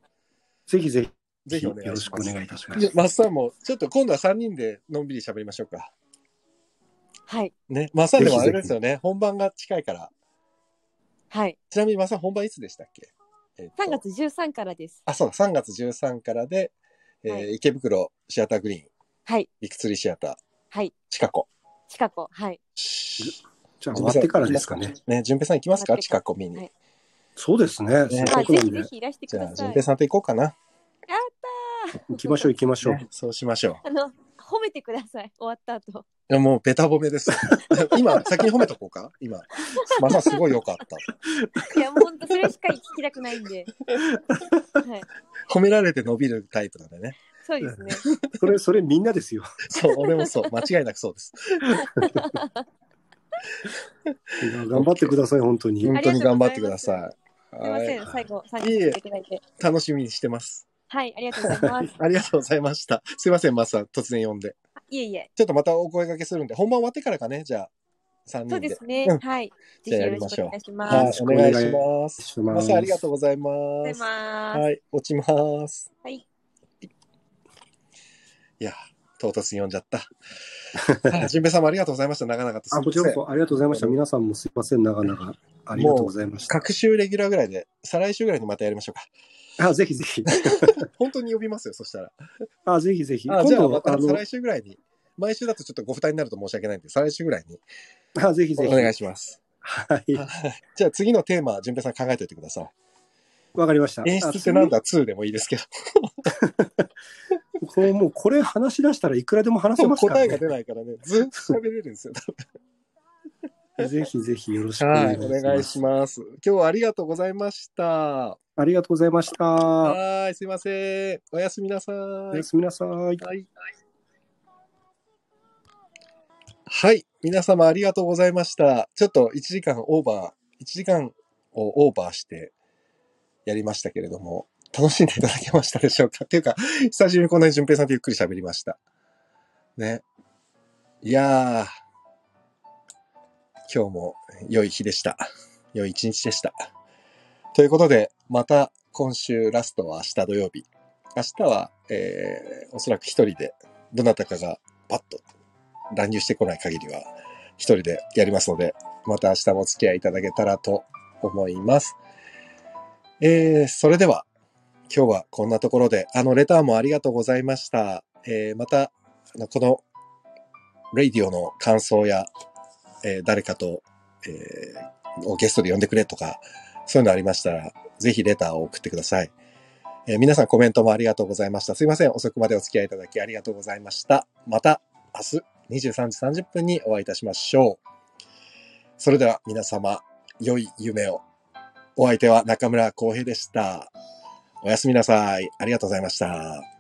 Speaker 2: ぜひぜ
Speaker 1: ぜ
Speaker 2: ひ
Speaker 1: ひ
Speaker 2: よ
Speaker 1: お願いしま
Speaker 2: ろ
Speaker 1: す。
Speaker 2: しくお願いいたしま
Speaker 1: いや
Speaker 2: す。
Speaker 1: マッサンも、ちょっと今度は3人でのんびり喋りましょうか。
Speaker 3: はい。
Speaker 1: ね。マッサンでもあれですよね。本番が近いから。
Speaker 3: はい。
Speaker 1: ちなみにマッサン本番いつでしたっけ、えっと
Speaker 3: 3月13からです。
Speaker 1: あ、そうだ。3月13からで、えー
Speaker 3: はい
Speaker 1: 池袋シアターグリーン、
Speaker 3: はい。
Speaker 1: ビクツリーシアター、
Speaker 3: はい。
Speaker 1: 近く。
Speaker 3: 近子。はい。
Speaker 2: じゃあ終わってからですかね。
Speaker 1: ね、順平さん行きますか
Speaker 3: 終わって
Speaker 1: 近く見に。
Speaker 3: はい
Speaker 2: そうですね。せっ
Speaker 3: ま
Speaker 2: か
Speaker 3: あ、
Speaker 2: く
Speaker 3: ぜ
Speaker 2: なん
Speaker 3: ひ
Speaker 2: で
Speaker 3: ぜ。ひいらしてく
Speaker 1: じゃあ、
Speaker 3: ださ
Speaker 1: 淳
Speaker 3: い
Speaker 1: 平。さんと行こうかな。
Speaker 2: 行きましょう、行きましょう。
Speaker 1: ねそうしましょう。
Speaker 3: あの、褒めてください。終わった後。
Speaker 1: いやもうベタ褒めです。 今、先に褒めとこうか今。まさすごい良かった。
Speaker 3: いや、もう本当それしか聞きたくないんで。はい。
Speaker 1: 褒められて伸びるタイプなんでね。
Speaker 3: そうですね。
Speaker 2: それ、それみんなですよ。
Speaker 1: そう、俺もそう。間違いなくそうです。
Speaker 2: いや頑張ってください、本当に。
Speaker 1: 本
Speaker 3: あ
Speaker 1: 当
Speaker 3: りがと
Speaker 1: に
Speaker 3: う
Speaker 1: 頑
Speaker 3: ございます
Speaker 1: 張ってください。
Speaker 3: すいま
Speaker 1: は
Speaker 3: せ
Speaker 1: い。
Speaker 3: ん。最後、参加していただいて。
Speaker 1: 楽しみにしてます。
Speaker 3: はい、ありがとうござい ます。
Speaker 1: ありがとうございました。すいません、マスさん。突然呼んで。
Speaker 3: いえいえ。
Speaker 1: ちょっとまたお声掛けするんで、本番終わってからかね、じゃあ、3
Speaker 3: そう
Speaker 1: 人で。
Speaker 3: ですね。
Speaker 1: うん
Speaker 3: はい。ぜ
Speaker 1: じゃ
Speaker 3: ひ
Speaker 1: あや
Speaker 3: よ
Speaker 1: りま
Speaker 3: ろし
Speaker 1: し
Speaker 3: く
Speaker 1: ょう
Speaker 3: お願いします。
Speaker 1: は
Speaker 3: あ
Speaker 1: い
Speaker 3: り
Speaker 2: よろし、く
Speaker 1: お
Speaker 2: お願
Speaker 1: 願
Speaker 2: い
Speaker 1: いします。
Speaker 2: します
Speaker 1: マスさん、ありがとうございま
Speaker 3: がとうご
Speaker 1: す。
Speaker 3: ざいます。
Speaker 1: はい、落ちます。
Speaker 3: はい。
Speaker 1: いや、唐突に呼んじゃった。はい淳平さんもありがとうございました。長々とすい
Speaker 2: あ、
Speaker 1: ません。
Speaker 2: こちらこそありがとうございました。皆さんもすいません、長々。ありがとうございました。
Speaker 1: 各週レギュラーぐらいで、再来週ぐらいにまたやりましょうか。
Speaker 2: あ、ぜひぜひ。
Speaker 1: 本当に呼びますよ、そしたら。
Speaker 2: あ、ぜひぜひ。
Speaker 1: あ
Speaker 2: 今
Speaker 1: じゃあ
Speaker 2: 度
Speaker 1: ま
Speaker 2: は、
Speaker 1: た
Speaker 2: あ
Speaker 1: 再
Speaker 2: の、
Speaker 1: 来週ぐらいに。毎週だとちょっとご負担になると申し訳ないんで、再来週ぐらいに
Speaker 2: あ、ぜひぜ
Speaker 1: お
Speaker 2: ひ。
Speaker 1: 願いします。
Speaker 2: はい。
Speaker 1: じゃあ次のテーマ、淳平さん考えておいてくださ
Speaker 2: わかりました。
Speaker 1: い。演
Speaker 2: あ
Speaker 1: 出って
Speaker 2: 次
Speaker 1: なんだ ?2 でもいい ですけど。
Speaker 2: こうもうこれ話し出したらいくらでも話せ
Speaker 1: もう
Speaker 2: ますか
Speaker 1: 答
Speaker 2: ら
Speaker 1: えが出
Speaker 2: ね。
Speaker 1: ないからね、ずっと喋れるんですよ。
Speaker 2: ぜひぜひよろしくお願
Speaker 1: はいい、
Speaker 2: し
Speaker 1: お
Speaker 2: ます。
Speaker 1: 願いします。今日はありがとうございました。
Speaker 2: ありがとうございました。
Speaker 1: はい、すいません。おやすみなさ
Speaker 2: お
Speaker 1: い
Speaker 2: や。すみなさい。
Speaker 1: はい。はい。皆様ありがとうございました。ちょっと1時間オーバー、1時間をオーバーしてやりましたけれども、楽しんでいただけましたでしょうかっていうか、久しぶりにこんなに淳平さんとゆっくり喋りました。ね。いやー、今日も良い日でした。良い一日でした。ということで、また今週ラストは明日土曜日。明日は、えーおそらく一人で、どなたかがパッと乱入してこない限りは、一人でやりますので、また明日もお付き合いいただけたらと思います。えーそれでは、今日はこんなところで、あの、レターもありがとうございました。えーまた、あのこの、レイディオの感想や、えー誰かと、えーをゲストで呼んでくれとか、そういうのありましたら、ぜひレターを送ってください。えー皆さんコメントもありがとうございました。すいません。遅くまでお付き合いいただきありがとうございました。また明日23時30分にお会いいたしましょう。それでは皆様、良い夢を。お相手は中村浩平でした。おやすみなさい。ありがとうございました。